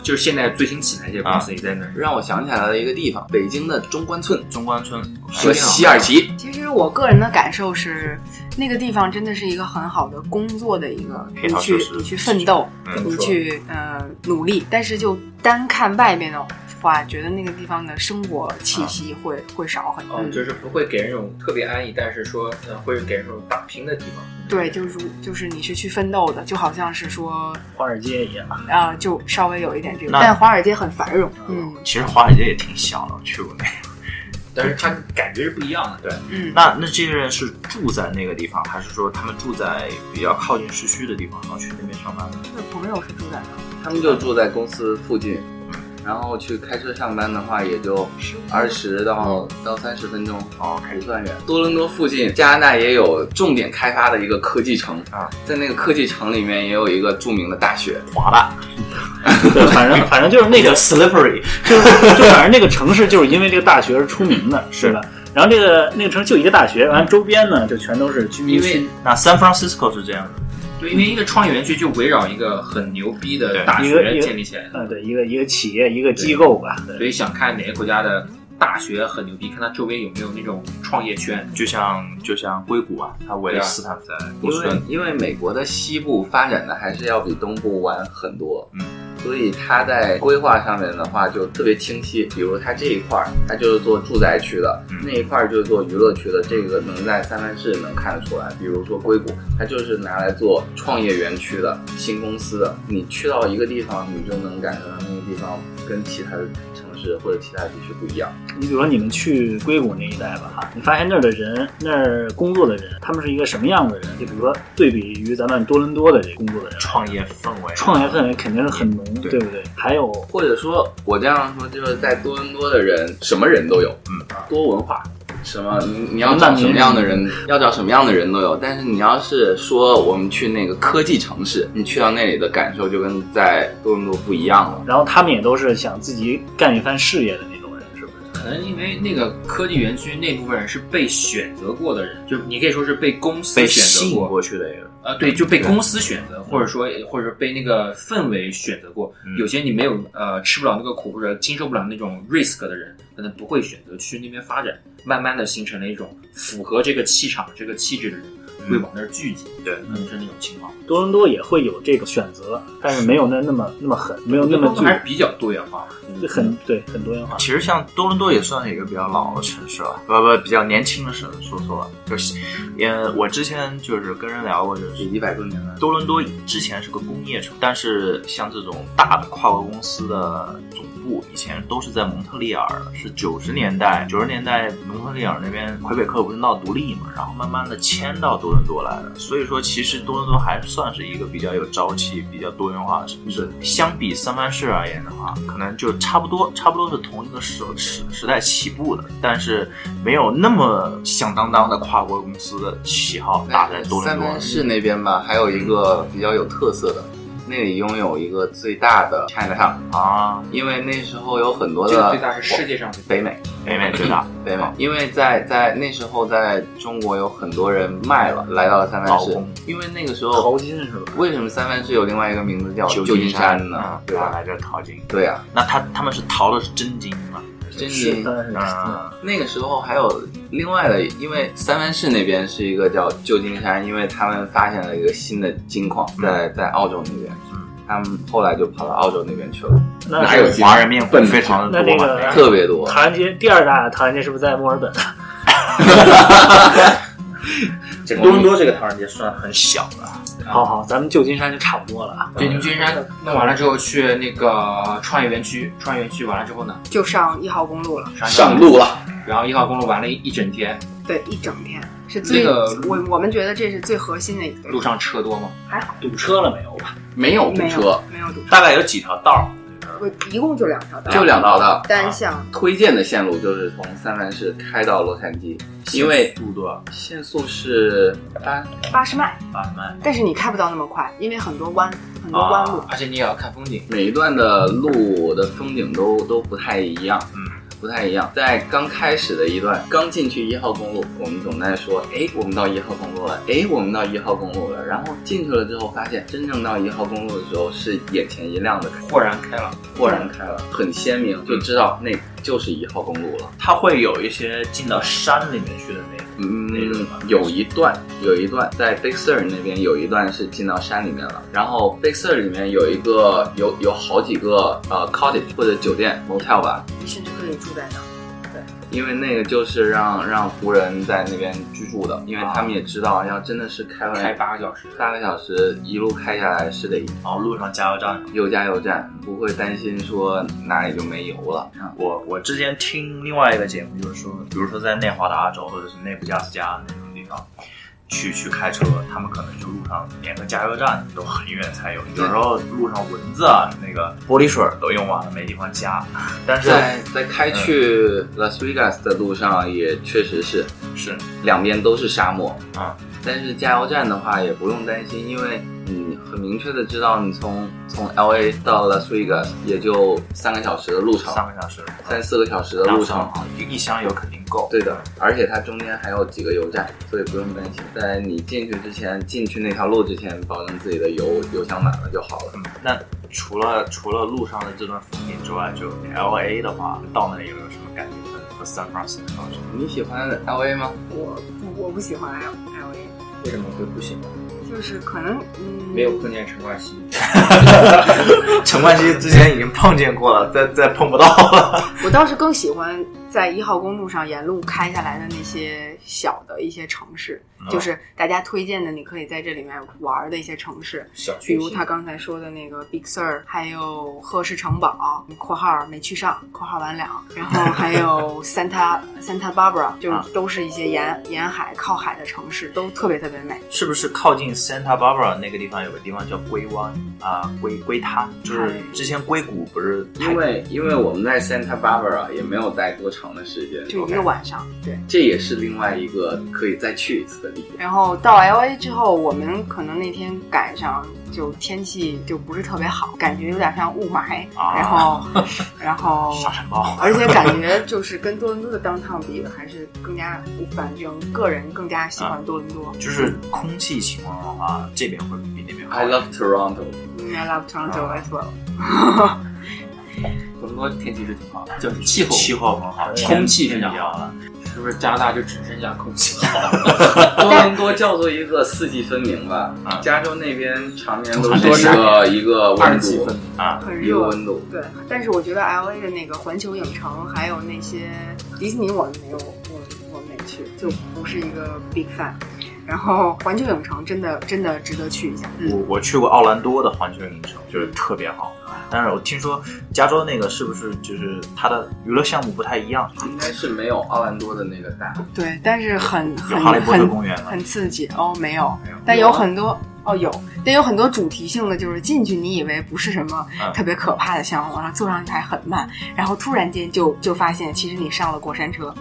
E: 就是现在最新起来这些公司也在那儿。
B: 让我想起来了一个地方，北京的中关村
A: 中关村
B: 和西二旗。
D: 其实我个人的感受是，那个地方真的是一个很好的工作的一个，
A: 配
D: 你
A: 套
D: 去
A: 设施
D: 你去奋斗，
A: 嗯
D: 你去呃努力，但是就单看外面的话，觉得那个地方的生活气息会、会少很多。
E: 哦，就是不会给人一种特别安逸，但是说，呃，会给人一种打拼的地方。
D: 对，就是就是你是去奋斗的，就好像是说，
F: 华尔街一样。
D: 呃，就稍微有一点这个，
A: 那
D: 但华尔街很繁荣，嗯
A: 其实华尔街也挺小的，我去过那。
E: 但是它感觉是不一样的。对，
D: 嗯，
A: 那那这些人是住在那个地方，还是说他们住在比较靠近市区的地方，然后去那边上班？
D: 那朋友是住在哪？
B: 他们就住在公司附近，然后去开车上班的话，也就二十到到三十分钟，哦，不算远。多伦多附近，加拿大也有重点开发的一个科技城
A: 啊，
B: 在那个科技城里面也有一个著名的大学，
A: 华大
F: 对，反正反正就是那个
A: slippery，
F: 就反正那个城市就是因为这个大学是出名的，是吧？然后这个那个城市就一个大学，完了周边呢就全都是居民
E: 因为
F: 区，
A: 那 San Francisco 是这样的，
E: 对，因为一个创业园区就围绕一个很牛逼的大
F: 对一
E: 学
F: 个
E: 建立起来的，
F: 啊，对，一个一个企业一个机构吧，
E: 所以想看哪个国家的大学很牛逼，看它周围有没有那种创业圈。
A: 就像就像硅谷啊，它为
E: 对啊
A: 斯坦福在波
B: 因
A: 士
B: 为
A: 顿，
B: 因为美国的西部发展的还是要比东部晚很多，
A: 嗯，
B: 所以它在规划上面的话就特别清晰。比如它这一块儿，它就是做住宅区的，
A: 嗯
B: 那一块儿就是做娱乐区的，这个能在三藩市能看得出来。比如说硅谷，它就是拿来做创业园区的新公司的。你去到一个地方，你就能感受到那个地方跟其他的城市或者其他地区不一样。
F: 你比如说你们去硅谷那一带吧，哈，你发现那儿的人，那儿工作的人，他们是一个什么样的人？就比如说对比于咱们多伦多的这工作的人，
A: 创业氛围，
F: 创业氛围肯定是很浓，
A: 对
F: 对不对？还有
B: 或者说，我这样说就是在多伦多的人，什么人都有，
A: 嗯，
B: 多文化，什么你你要找什么样的人，要找什么样的人都有。但是你要是说我们去那个科技城市，你去到那里的感受就跟在多伦多不一样了。
F: 然后他们也都是想自己干一番事业的那种人，是不是？
E: 可能因为那个科技园区那部分人是被选择过的人，就你可以说是被公司
A: 被
E: 选
A: 吸
E: 择
A: 引
E: 过，
A: 过去的一个，
E: 呃，对，就被公司选择，或者说或者被那个氛围选择过。
A: 嗯
E: 有些你没有呃吃不了那个苦或者经受不了那种 risk 的人，可能不会选择去那边发展，慢慢的形成了一种符合这个气场、这个气质的人会往那儿聚集，
A: 对
E: 嗯，是那种情况。
F: 多伦多也会有这个选择，但是没有那那么那么狠，没有那么
E: 我觉得还是
F: 具
E: 比较多元化吧。
F: 很对很多元化。
A: 其实像多伦多也算是一个比较老的城市了，不不，比较年轻的城市，说错了，就是，呃，我之前就是跟人聊过，就是
B: 一百多年了，
A: 多伦多之前是个工业城，但是像这种大的跨国公司的总部以前都是在蒙特利尔，是九十年代九十年代蒙特利尔那边魁北克不是闹独立嘛，然后慢慢的迁到多伦多来的，所以说其实多伦多还算是一个比较有朝气、比较多元化的城市。相比三藩市而言的话，可能就差不多，差不多是同一个时时时代起步的，但是没有那么响当当的跨国公司的旗号打在多伦
B: 三
A: 多。
B: 藩市那边吧，还有一个比较有特色的，那里拥有一个最大的 China Town，
A: 啊，
B: 因为那时候有很多
E: 这个
B: 的
E: 最大是世界上最
B: 北美。
A: 北美最 [LAUGHS] 大。
B: 北美，因为在在那时候，在中国有很多人卖了，来到了三藩市
A: 劳工，
B: 因为那个时候
F: 淘金是吧？
B: 为什么三藩市有另外一个名字叫旧
A: 金
B: 金山呢
A: 啊？
B: 对吧？
A: 来这淘金。
B: 对呀、
A: 那他他们是淘的是真金吗？
B: 真
F: 是，
B: 是
F: 当然
E: 嗯
F: 是
A: 啊，
B: 那个时候还有另外的，因为三藩市那边是一个叫旧金山，因为他们发现了一个新的金矿
A: 嗯
B: 在在澳洲那边
A: 嗯，
B: 他们后来就跑到澳洲那边去了，
F: 那
B: 哪
F: 是
B: 有
A: 华人面孔非常的
F: 那
A: 多
F: 这
A: 嘛。
F: 个
B: 特别多。
F: 唐人街第二大唐人街是不是在墨尔本？
A: 这个多伦多这个唐人街算很小的，
F: 好好，咱们旧金山就差不多了啊。
E: 对，你们君山弄完了之后去那个创业园区，创业园区完了之后呢，
D: 就上一号公路了，
B: 上路了，
E: 然后一号公路玩了一一整天，
D: 对，一整天是最、
E: 那个
D: 我我们觉得这是最核心的一个
E: 路上车多吗？
F: 堵车了没有吧？
B: 没有堵
D: 没
B: 车
D: 有，没有堵车，
A: 大概有几条道儿？
D: 我一共就两条道，
B: 就两道道。
D: 单向。
B: 推荐的线路就是从三藩市开到洛杉矶，因为
A: 速度啊，
B: 限速是哎八
D: 八十迈，
A: 慢慢
D: 但是你开不到那么快，因为很多弯，很多
E: 啊
D: 弯路。
E: 啊，而且你也要看风景。
B: 每一段的路的风景都都不太一样。
A: 嗯，
B: 不太一样。在刚开始的一段，刚进去一号公路，我们总在说，哎，我们到一号公路了，哎，我们到一号公路了。然后进去了之后，发现真正到一号公路的时候，是眼前一亮的
A: 嗯
B: 感觉，
E: 豁然开朗。
B: 豁然开朗，很鲜明，就知道那就是一号公路了。
A: 它会有一些进到山里面去的那种。那种
B: 嗯
A: 吗，
B: 有一段，有一段在 Big Sur 那边有一段是进到山里面了。然后 Big Sur 里面有一个有有好几个呃 cottage 或者酒店 motel 吧，
D: 你甚至可以住在那儿。
B: 因为那个就是让让湖人在那边居住的，因为他们也知道要真的是开完
E: 开八个小时，
B: 八个小时一路开下来是得
A: 然后路上加油站，
B: 有加油站，不会担心说哪里就没油了。
E: 嗯
A: 我我之前听另外一个节目，就是说，比如说在内华达州或者是内布加斯加那种地方，去去开车，他们可能就路上连个加油站都很远才有，有时候路上蚊子啊，那个玻璃水都用完了，没地方加。 [LAUGHS] 但是
B: 在在开去 Las Vegas 的路上也确实是，
A: 是
B: 两边都是沙漠
A: 啊。
B: 但是加油站的话也不用担心，因为你很明确的知道你从从 L A 到 Las Vegas 也就三个小时的路程，
A: 三个小时，
B: 三四个小时的路程。
A: 啊，一箱油肯定够。
B: 对的，而且它中间还有几个油站，所以不用担心。在你进去之前，进去那条路之前，保证自己的油油箱满了就好了。
A: 嗯，那除了除了路上的这段风景之外，就 L A 的话，到那里有没有什么感觉和和 San Francisco 什么？
B: 你喜欢 L A 吗？
D: 我不我不喜欢 L L A，
E: 为什么会不行？
D: 就是可能嗯
E: 没有碰见陈冠希，
A: 陈冠希之前已经碰见过了，再再碰不到了。
D: 我倒是更喜欢在一号公路上沿路开下来的那些小的一些城市，
E: 啊
D: 就是大家推荐的，你可以在这里面玩的一些城市，
E: 小
D: 比
E: 确
D: 如
E: 幸
D: 他刚才说的那个 Big Sur，还有赫氏城堡（括号没去上，括号完了），然
E: [LAUGHS]
D: 后还有 Santa Santa Barbara，就是
E: 啊
D: 都是一些沿沿海靠海的城市，都特别特别美。
A: 是不是靠近 Santa Barbara 那个地方有个地方叫龟湾啊，龟龟滩，就是之前硅谷不是
B: 因为因为我们在 Santa Barbara 也没有待多长的时间，
D: 就一个晚上，对。
B: 这也是另外一个可以再去一次的地点。
D: 然后到 L A 之后，我们可能那天赶上就天气就不是特别好，感觉有点像雾霾，
A: 啊 [LAUGHS]
D: 然后然后
A: 沙尘暴，
D: 而且感觉就是跟多伦多的当趟比，还是更加，反正个人更加喜
A: 嗯
D: 欢多伦多。
A: 就是空气情况的话，这边会比那边好
B: I。love Toronto，
D: 嗯 I love Toronto
A: 啊
D: as well。
E: 多伦多天气是挺好的，
A: 就是
E: 气候
A: 气候很好，
E: 空气
A: 比
E: 非
A: 较
E: 常
A: 好
E: 好。是不是加拿大就只剩下空气好？
B: 多伦多叫做一个四季分明吧
A: 啊。
B: 加州那边常年都
A: 常
B: 是
A: 年
B: 一个一个
E: 二
B: 温
E: 十几
B: 度
E: 分，
A: 啊，
D: 很
B: 一个
D: 热。
B: 温度。
D: 对，但是我觉得 L A 的那个环球影城，还有那些迪士尼，我没有，我我没去，就不是一个 big fan。然后环球影城真的真的值得去一下，
A: 我
D: 嗯，
A: 我去过奥兰多的环球影城，就是特别好。但是我听说加州那个是不是就是它的娱乐项目不太一样？
B: 应该是没有奥兰多的那个大，
D: 对，但是很
A: 有
D: 很
A: 哈利波特公
D: 很
A: 园了，
D: 很刺激哦，没有，
A: 没有
D: 但有很多哦有，但有很多主题性的，就是进去你以为不是什么
A: 嗯
D: 特别可怕的项目，然后坐上去还很慢，然后突然间就就发现其实你上了过山车，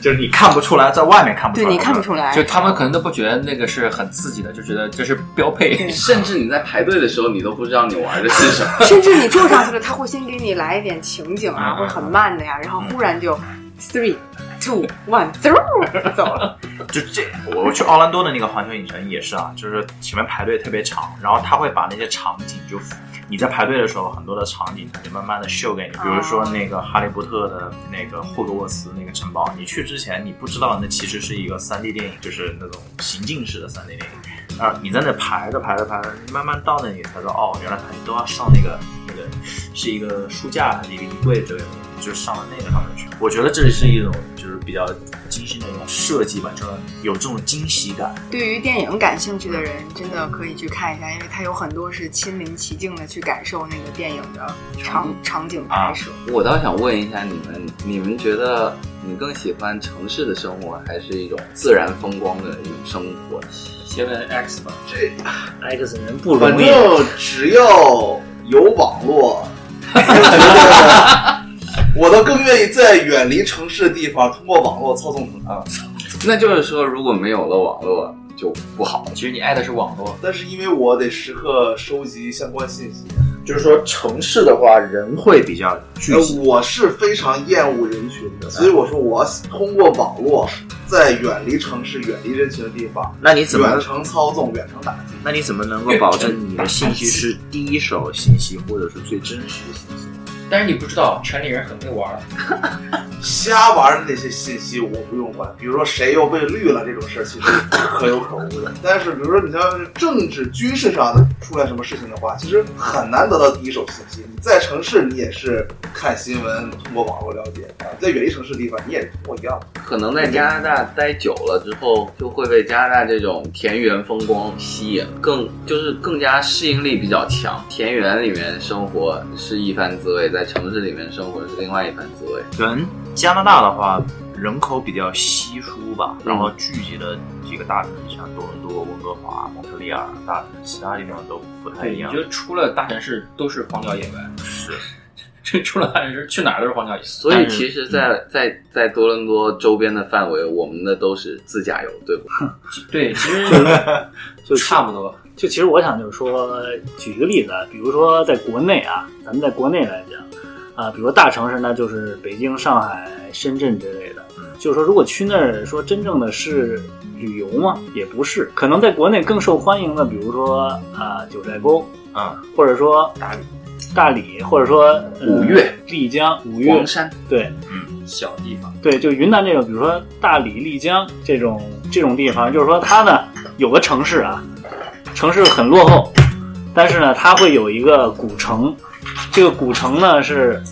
A: 就是你看不出来，在外面看不出
D: 对
A: 来，
D: 你看不出来
E: 就，他们可能都不觉得那个是很刺激的，就觉得这是标
A: [LAUGHS]
E: 配
D: 对。
B: 甚至你在排队的时候，你都不知道你玩的是什么。
D: 甚至你坐上去了，他会先给你来一点情景啊，
A: 嗯
D: 会很慢的呀，然后忽然就 three two one through 走了， [LAUGHS]
A: 就这，我我去奥兰多的那个环球影城也是啊，就是前面排队特别长，然后他会把那些场景就你在排队的时候，很多的场景他就慢慢的秀给你，比如说那个哈利波特的那个霍格沃茨那个城堡，你去之前你不知道那其实是一个3 D 电影，就是那种行进式的3 D 电影，啊，你在那排着排着排着，慢慢到那里才知道哦，原来他都要上那个那个是一个书架还是一个衣柜之类的，就上了那个上面去。我觉得这是一种就是比较精心的一种设计吧，就是有这种惊喜感。
D: 对于电影感兴趣的人，真的可以去看一下，因为它有很多是亲临其境的去感受那个电影的场场景
A: 啊
D: 拍摄。
B: [LAUGHS] 我倒想问一下你们，你们觉得你更喜欢城市的生活，还是一种自然风光的一种生活？
E: 先问 X 吧，
C: 这
F: X 人不
C: 反
F: 容易，
C: 正只要有网络，我觉得我倒更愿意在远离城市的地方，通过网络操纵城市。
B: 那就是说，如果没有了网络就不好了。
E: 其实你爱的是网络，
C: 但是因为我得时刻收集相关信息，
A: 就是说城市的
B: 啊
A: 话，人会比较聚
C: 呃
A: 集。
C: 我是非常厌恶人群的，所以我说我通过网络，在远离城市、远离人群的地方，
A: 那你怎么
B: 啊
C: 远程操纵、远程打击。
A: 那你怎么能够保证你的信息是第一手信息，或者是最真实的信息？
E: 但是你不知道，城里人很会玩儿，
C: 瞎玩的那些信息我不用管，比如说谁又被绿了这种事儿，其实可有可无的。但是比如说你像是政治、军事上的出来什么事情的话，其实很难得到第一手信息。你在城市，你也是看新闻，通过网络了解；啊，在远离城市的地方，你也是通过一样的。
B: 可能在加拿大待久了之后，就会被加拿大这种田园风光吸引，更就是更加适应力比较强。田园里面生活是一番滋味，在城市里面生活是另外一番滋味。
A: 人加拿大的话，人口比较稀疏吧，然后聚集的几个大城市，像多伦多、温哥华、蒙特利尔大城，其他地方都不太一
E: 你
A: 样。
E: 就出了大城市都是荒郊野外，
A: 是
E: 这 [LAUGHS] 出了大城市去哪儿都是荒郊野外。
B: 所以
A: 但是
B: 其实在，在在多伦多周边的范围，我们的都是自驾游，对不？
E: 对，其实 [LAUGHS]
F: 就
E: 差不多。
F: 就其实我想就是说，举一个例子，啊，比如说在国内啊，咱们在国内来讲，啊，比如说大城市呢，就是北京、上海、深圳之类的。就是说，如果去那儿说真正的是旅游吗？也不是，可能在国内更受欢迎的，比如说啊、九寨沟
A: 啊，
F: 或者说大理，大理，或者说、呃
B: 五岳、
F: 丽江、五岳
B: 黄，山
F: 对，
E: 小地方，
F: 对，就云南这个，比如说大理、丽江这种这种地方，就是说它呢有个城市啊，城市很落后，但是呢它会有一个古城，这个古城呢是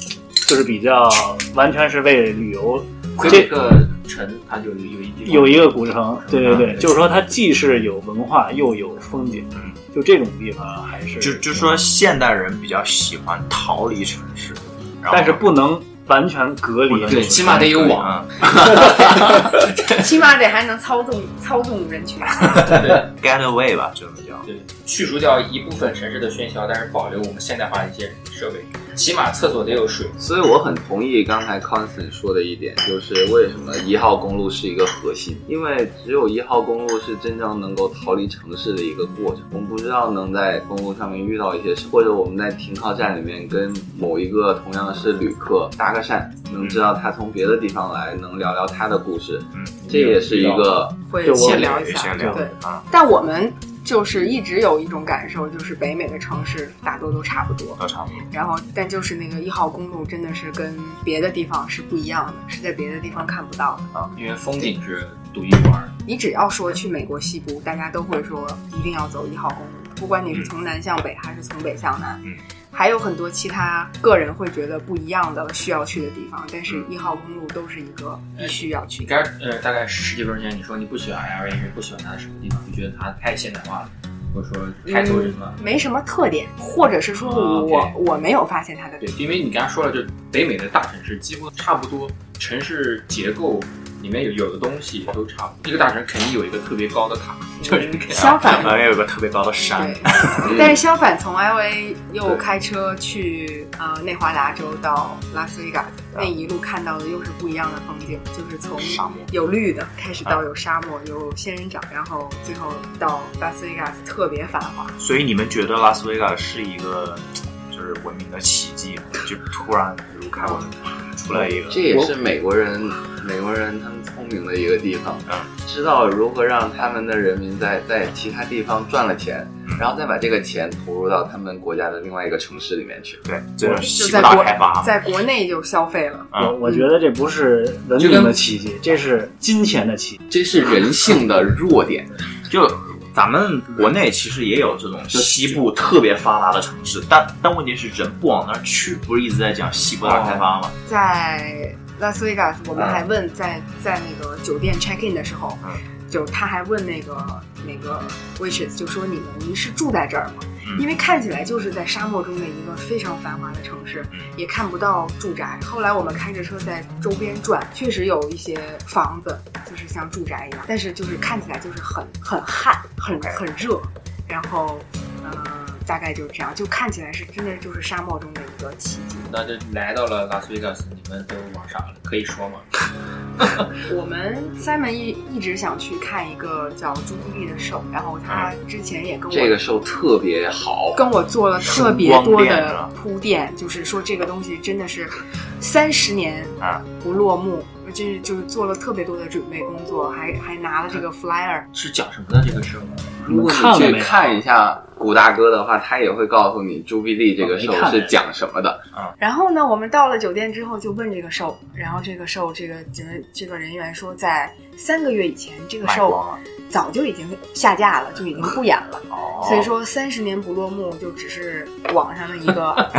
F: 就是比较完全是为旅游
E: 魁
F: 这
E: 北克城它就有有一地方
F: 有一个古城，对对
E: 啊
F: 对，就是说它既是有文化又有风景，
E: 嗯
F: 就这种地方啊还是
A: 就就说现代人比较喜欢逃离城市，然后
F: 但是不能完全隔离，
E: 对，起码得有网。
A: 啊，
D: 起码得还能操纵操纵
A: [LAUGHS]
D: 人群。
E: 对
A: get away 吧，这种叫。
E: 对，去除掉一部分城市的喧嚣，但是保留我们现代化的一些设备，起码厕所得有水。
B: 所以我很同意刚才 Constant 说的一点，就是为什么一号公路是一个核心，因为只有一号公路是真正能够逃离城市的一个过程。我们不知道能在公路上面遇到一些事，或者我们在停靠站里面跟某一个同样是旅客搭个讪，能知道他从别的地方来，能聊聊他的故事，
A: 嗯，
B: 这也是一个
D: 会
F: 对我
D: 先聊一下，
A: 先聊
D: 对。
A: 啊，
D: 但我们就是一直有一种感受，就是北美的城市大多都差不多。
A: 都差不多。
D: 然后，但就是那个一号公路真的是跟别的地方是不一样的，是在别的地方看不到的。
E: 因为风景是独一无二的。
D: 你只要说去美国西部，大家都会说一定要走一号公路，不管你是从南向北还是从北向南。
A: 嗯
D: 还有很多其他个人会觉得不一样的需要去的地方，但
A: 嗯
D: 是一号公路都是一个必须要去
E: 你。刚呃，大概十几分钟前你说你不喜欢 LA 是不喜欢它的什么地方？你觉得它太现代化了，或者说太多人了？
D: 没什么特点，或者是说
E: 啊
D: 我、
E: ，OK
D: 我没有发现它的
E: 对，因为你刚才说了，就北美的大城市几乎差不多，城市结构里面有有的东西都差不多。一个大城市肯定有一个特别高的塔，就是你肯定
D: 嗯相反，
A: 还有个特别高的山
D: 对，但
E: 嗯
D: 是相反，从 L A 又开车去呃内华达州到拉斯维加斯，
E: 啊
D: 那一路看到的又是不一样的风景，就是从
A: 沙漠
D: 有绿的开始
E: 啊
D: 到有沙漠、有仙人掌，然后最后到拉斯维加斯特别繁华。
A: 所以你们觉得拉斯维加斯是一个就是文明的奇迹吗，就突然比如开过出来一个，
B: 这也是美国人，美国人他们聪明的一个地方，
A: 嗯
B: 知道如何让他们的人民在在其他地方赚了钱，
A: 嗯
B: 然后再把这个钱投入到他们国家的另外一个城市里面
E: [LAUGHS]
B: 去。
A: 对，这是
D: 就
A: 西部
D: 在
A: 大
D: 国
A: 开
E: 啊
A: 发嘛，
D: 在国内就消费了，
F: 我我觉得这不是文明的奇迹，这是金钱的奇迹。
B: 这是人性的弱点，
A: 就咱们国内其实也有这种就西部特别发达的城市，但但问题是人不往那儿去，不是一直在讲西部大开发吗？
D: 在拉斯维加斯，
A: 啊
D: 我们还问在在那个酒店 check in 的时候，就他还问那个那个 waitress，就说你们是住在这儿吗？
A: 嗯
D: 因为看起来就是在沙漠中的一个非常繁华的城市
A: 嗯，
D: 也看不到住宅。后来我们开着车在周边转，确实有一些房子就是像住宅一样，但是就是看起来就是很很旱，很很热，然后呃大概就是这样，就看起来是真的就是沙漠中的一个奇迹。
E: 那就来到了拉斯维加斯，你们都玩啥了？可以说吗？
D: 我们 Simon 一一直想去看一个叫朱碧丽的手，然后他
A: 嗯
D: 之前也跟我
B: 这个兽特别好，
D: 跟我做了特别
A: 曙光
D: 多
A: 恋
D: 的
A: 人
D: 铺垫，就是说这个东西真的是三十年
A: 啊
D: 不落幕，这就是做了特别多的准备工作，还还拿了这个 flyer。
E: 是讲什么的这个事儿吗？
B: 如果
F: 看
B: 你
F: 了
B: 去
F: 没有
B: 看一下古大哥的话，他也会告诉你朱碧丽这
E: 哦
B: 个兽
F: 我没看
B: 是讲什么的。
D: 然后呢，我们到了酒店之后就问这个兽，然后这个兽这个这个这个人员说，在三个月以前这个
A: 卖
D: 兽
A: 光了。
D: 早就已经下架了，就已经不演了。
A: 哦，
D: 所以说三十年不落幕就只是网上的一个
A: 哦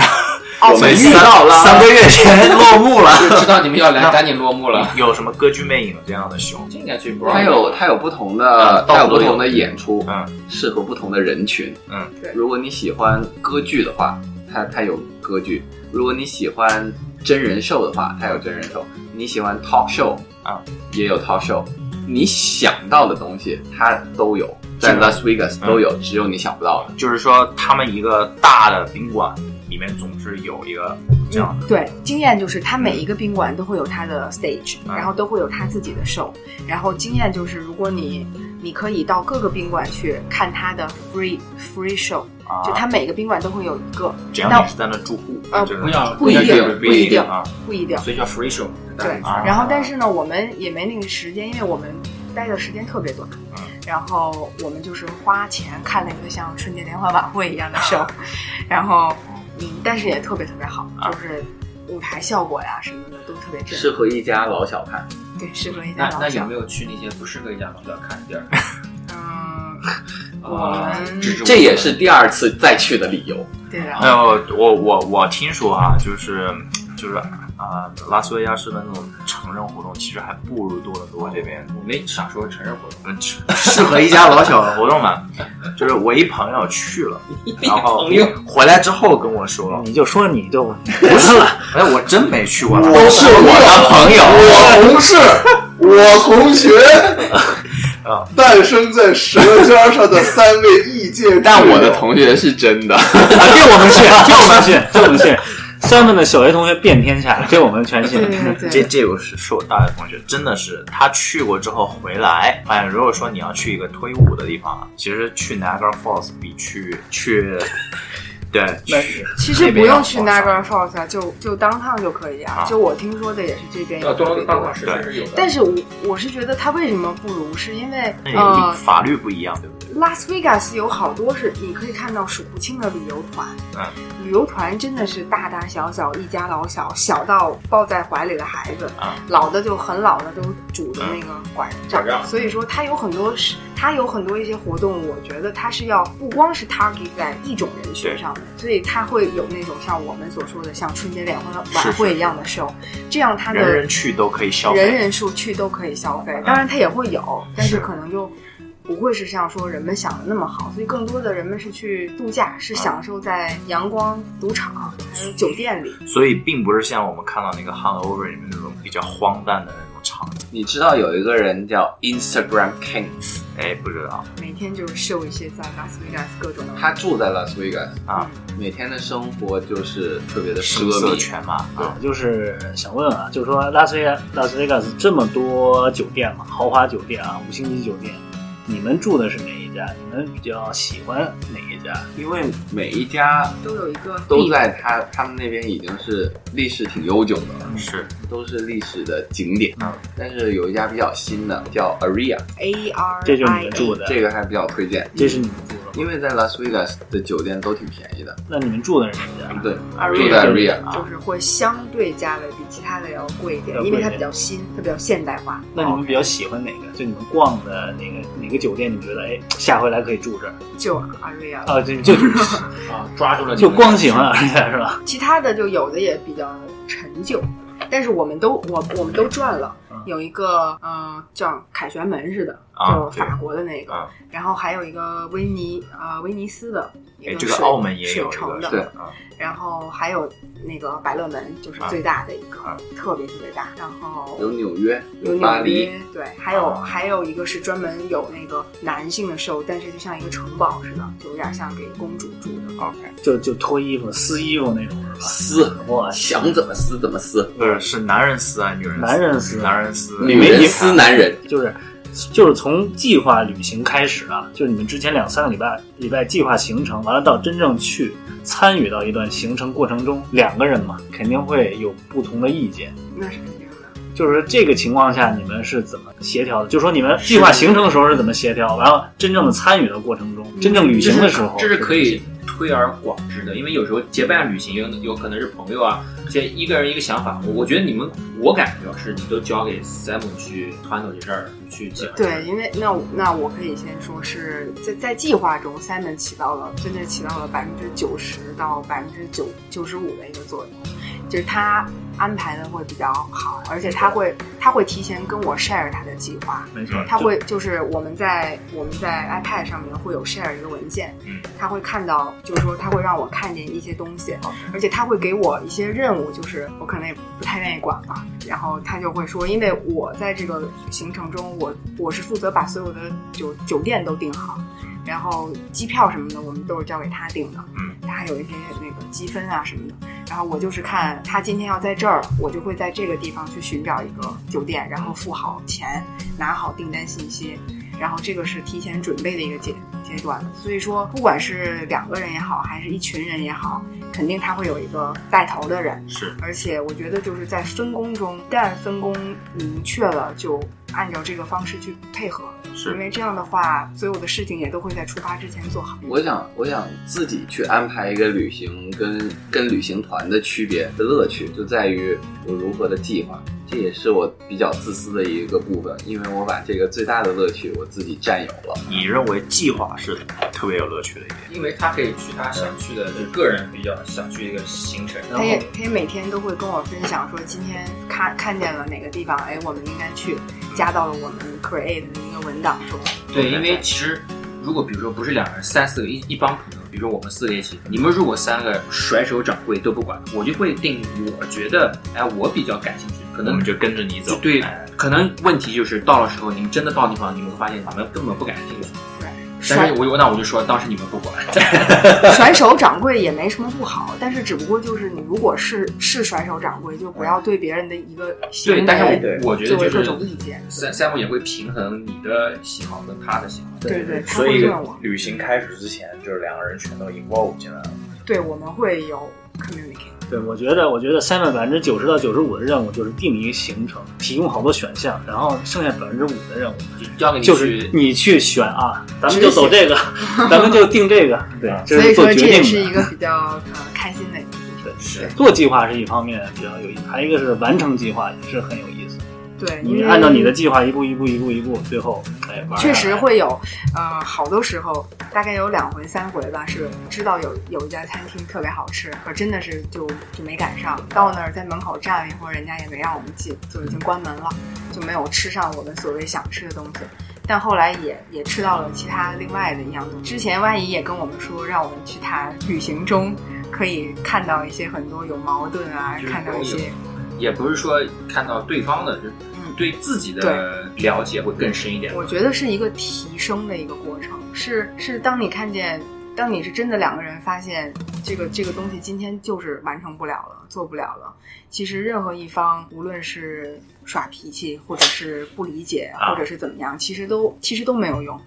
B: 我
D: 奥
B: 们
D: 运
B: 遇到了
A: 三个月前落幕了。
E: [LAUGHS] 就知道你们要来，赶紧落幕了。
A: 有什么歌剧魅影这样的熊？
E: 这应该去不
B: 它
D: 嗯
B: 有它有不同的，
A: 嗯
B: 它有
A: 到处都
B: 不
A: 有
B: 同的演出，
A: 嗯，
B: 适合不同的人群。
A: 嗯，
D: 对
B: 如果你喜欢歌剧的话，它它有歌剧；如果你喜欢真人秀的话，它有真人秀；你喜欢 talk show
A: 啊，
B: 也有 talk show。你想到的东西，它都有，在
A: 是吗
B: Las Vegas
A: 嗯
B: 都有，只有你想不到的。
A: 就是说他们一个大的宾馆里面总是有一个这样的。
D: 对，经验就是它每一个宾馆都会有它的 stage，、
A: 嗯
D: 然后都会有它自己的 show，然后经验就是如果你你可以到各个宾馆去看它的 free free show，、
A: 啊
D: 嗯就它每个宾馆都会有一个，
A: 只要你是在那住户，
D: 呃
A: 就是
E: 不要
D: 不一定
A: 不
D: 不一定
A: 啊。
D: 不一定。
E: 所以叫 free show。
D: 对，
A: 啊
D: 然后但是呢，我们也没那个时间，因为我们待的时间特别短。
A: 嗯
D: 然后我们就是花钱看了一个像春节联欢晚会一样的 show，然后嗯，但是也特别特别好，就是舞台效果呀什么的都特别震
B: 适
D: 撼，
B: 合一家老小看，
D: 对，适合一家
E: 那
D: 老
E: 那有
D: 小
E: 没。有去那些不适合一家老小看的地儿？
D: 嗯，
E: 啊
D: 嗯
E: 指着我
B: 这也是第二次再去的理由。
D: 对，然
A: 哎
D: 后
A: 呦，我我我听说啊，就是就是啊、拉斯维加斯的那种成人活动，其实还不如多伦多这边。
E: 我哦没想说成人活动。
A: 嗯，适合一家老小的活动嘛，就是我一朋友去了，然后
E: 朋友
A: 回来之后跟我说，
F: 你就说你就 [LAUGHS]
A: 不是，哎，我真没去过拉斯维加斯，
C: 我是我的朋友，
A: [LAUGHS]
C: 我同事，我同学
A: 啊，
C: 诞生在舌尖上的三位异界，
B: 但我的同学是真的，
F: 啊，这我们信，这我们信，这我们 [LAUGHS] 信。三问的小学同学遍天下，这我们全信
D: [LAUGHS] 对。
F: [LAUGHS]
D: 对对
A: 这
D: 对，
A: 这个是是我大学同学，真的是他去过之后回来，发现如果说你要去一个脱衣舞的地方，啊其实去 Niagara Falls 比去去，对，去
D: 其实不用去 Niagara Falls，啊就就 downtown 就可以啊。
A: 啊
D: 就我听说的也是这边有特别呃多
E: 法师是有的
D: 但是我我是觉得它为什么不如，是因为
A: 那也
D: 呃
A: 是，法律不一样，对不对？
D: 拉斯维加斯有好多是你可以看到数不清的旅游团，
A: 嗯，
D: 旅游团真的是大大小小，一家老小，小到抱在怀里的孩子，
A: 啊
D: 老的就很老的都拄着那个拐杖，
E: 拐杖
D: 所以说它有很多是它有很多一些活动，我觉得它是要不光是 target 在一种人群上的，所以它会有那种像我们所说的像春节联欢晚
A: 是
D: 会
A: 是
D: 一样的 show，这样它的
A: 人人去都可以消费，
D: 人人数去都可以消
F: 嗯
D: 费，当然它也会有，但是可能就不会是像说人们想的那么好，所以更多的人们是去度假，
F: 嗯
D: 是享受在阳光、赌场还有酒店里。
A: 所以并不是像我们看到那个 Hangover 里面那种比较荒诞的那种场景。
B: 你知道有一个人叫 Instagram King，
A: 哎，不知道
D: 每天就是秀一些在拉斯维加斯各种的
B: 他住在拉斯维加斯
A: 啊，
B: 每天的生活就是特别的奢
A: 声色
B: 靡。
A: 犬马啊，
F: 就是想问啊，就是说拉斯维加拉斯维加斯这么多酒店嘛，豪华酒店啊，五星级酒店，你们住的是哪一家？你们比较喜欢哪一家？
B: 因为每一家
D: 都有一个
B: 都在他他们那边已经是历史挺悠久的了，
A: 是
B: 都是历史的景点。
A: 嗯
B: 但是有一家比较新的叫 Aria，
D: A R
F: 这就是你们
D: I，
F: 住的，
B: 这个还比较推荐。
F: 这是你们住的吗，
B: 因为在拉斯维加斯的酒店都挺便宜的，
F: 那你们住的是哪一
A: 嗯
F: 家？
B: 对，
D: Aria
B: 住在 Aria，
D: 就是会相对价位比其他的要贵一点
F: 啊要，贵一点
D: 因为它比较新，它比较现代化。
F: 那你们比较喜欢哪个？就你们逛的哪个哪个酒店？你们觉得哎，下回来可以住这儿
D: 就 Aria 了
F: 啊？就 [LAUGHS] 就
E: 啊，抓住了
F: 就光喜 [LAUGHS] 欢而且是吧？
D: 其他的就有的也比较陈旧，但是我们都我我们都转了，有一个呃叫凯旋门似的，
A: 嗯啊
D: 就法国的那个，
A: 啊，
D: 然后还有一个威尼啊、威尼斯的一
A: 哎，
D: 个
A: 这
D: 水、
A: 个澳门也有一
D: 水城
A: 个，
D: 的，
B: 对
A: 啊，
D: 然后还有那个百乐门就是最大的一个，
A: 啊
D: 特别特别大，然后
B: 有纽约，
D: 有纽
B: 巴黎
D: 约，，对，还有、
A: 啊
D: 还有一个是专门有那个男性的 show，但是就像一个城堡似的，就有点像给公主住的。
F: 就就脱衣服、撕衣服那种是吧？是吧？
B: 撕，
F: 哇，
B: 想怎么撕怎么撕，
A: 不是是男人撕啊，女人
F: 男人撕
A: 男人撕，
B: 女人撕男人，
F: 就是就是从计划旅行开始啊，就是你们之前两三个礼拜礼拜计划行程，完了到真正去参与到一段行程过程中，两个人嘛，肯定会有不同的意见。
D: 那是肯定的。
F: 就是这个情况下，你们是怎么协调的？就说你们计划行程的时候是怎么协调，然后真正的参与的过程中，真正旅行的时候，
E: 这是可以推而广之的，因为有时候结伴旅行有有可能是朋友啊，而且一个人一个想法。我我觉得你们，我感觉啊是你都交给 Simon 去撺掇这事儿，去计划。
D: 对，，因为那我那我可以先说是在在计划中，Simon 起到了真正起到了百分之九十到百分之九九十五的一个作用，就是他安排的会比较好，而且他会他会提前跟我 share 他的计划，
F: 没错，
D: 他会就是我们在我们在 iPad 上面会有 share 一个文件，
A: 嗯
D: 他会看到，就是说他会让我看见一些东西，而且他会给我一些任务，就是我可能也不太愿意管吧。然后他就会说，因为我在这个行程中，我我是负责把所有的酒酒店都订好，然后机票什么的我们都是交给他订的，
A: 嗯，
D: 他还有一些那个积分啊什么的。然后我就是看他今天要在这儿，我就会在这个地方去寻找一个酒店，然后付好钱，拿好订单信息，然后这个是提前准备的一个阶阶段。所以说，不管是两个人也好，还是一群人也好，肯定他会有一个带头的人。
A: 是
D: 而且我觉得就是在分工中，一旦分工明确了，就按照这个方式去配合，因
A: 是，
D: 为这样的话，所有的事情也都会在出发之前做好。
B: 我想，我想自己去安排一个旅行跟，跟旅行团的区别的乐趣就在于我如何的计划，这也是我比较自私的一个部分，因为我把这个最大的乐趣我自己占有了。
A: 你认为计划是特别有乐趣的一点？
E: 因为他可以去他想去的，就是个人比较想去一个行程，然
D: 他
E: 后
D: 也他也每天都会跟我分享说，今天看看见了哪个地方，哎，我们应该去，加到了我们 create 的一个文档中。
E: 对，因为其实如果比如说不是两人，三四个一一帮朋友，比如说我们四个一起，你们如果三个甩手掌柜都不管，我就会定我觉得哎我比较感兴趣，可
A: 我
E: 能
A: 们就跟着你走，
E: 对，
D: 哎
E: 可能问题就是到了时候你们真的到地方，你们会发现你们根本不感兴趣。但
D: 甩
E: 是我那我就说，当时你们不管，
D: 甩手掌柜也没什么不好，但是只不过就是你如果是是甩手掌柜，就不要对别人的一个行
E: 对，
D: 为
E: 但
B: 对
E: 是我我觉
D: 作
E: 得
D: 为
E: 就
D: 各
E: 是
D: 种意见。
E: 三三木也会平衡你的喜好跟他的喜好。
D: 对对，他
A: 所
D: 会
A: 以
D: 问我，
A: 旅行开始之前，就是两个人全都 involve 进来了。
D: 对我们会有 communicate。
F: 对，我觉得，我觉得 Simon 百分之九十到九十五的任务就是定一个行程，提供好多选项，然后剩下百分之五的任务
E: 就交给你
F: 就是
E: 去
F: 你去选啊，咱们就走
D: [LAUGHS]
F: 这个，咱们就定这个，对，
E: 啊
F: 这
D: 所以
F: 是做
D: 说这
F: 决
D: 也是一
F: 定的。
D: 个比较呃开心的一个。
A: 是
F: 做计划是一方面比较有意思，还有一个是完成计划也是很有意思。
D: 对，因
F: 你
D: 为
F: 按照你的计划一步一步一步一步，最后哎玩儿
D: 确实
F: 下来
D: 会有，呃，好多时候大概有两回三回吧，是知道有有一家餐厅特别好吃，可真的是就就没赶上，到那儿在门口站了一会儿，人家也没让我们进，就已经关门了，就没有吃上我们所谓想吃的东西。但后来也也吃到了其他另外的一样东西。之前万姨也跟我们说，让我们去谈旅行中可以看到一些很多有矛盾啊
E: 就，是
D: 看到一
E: 有
D: 些
E: 也不是说看到对方的，就是对自己的了解会更深一点。
D: 我觉得是一个提升的一个过程，是是当你看见，当你是真的两个人发现这个这个东西今天就是完成不了了，做不了了。其实任何一方，无论是耍脾气，或者是不理解，或者是怎么样，其实都其实都没有用。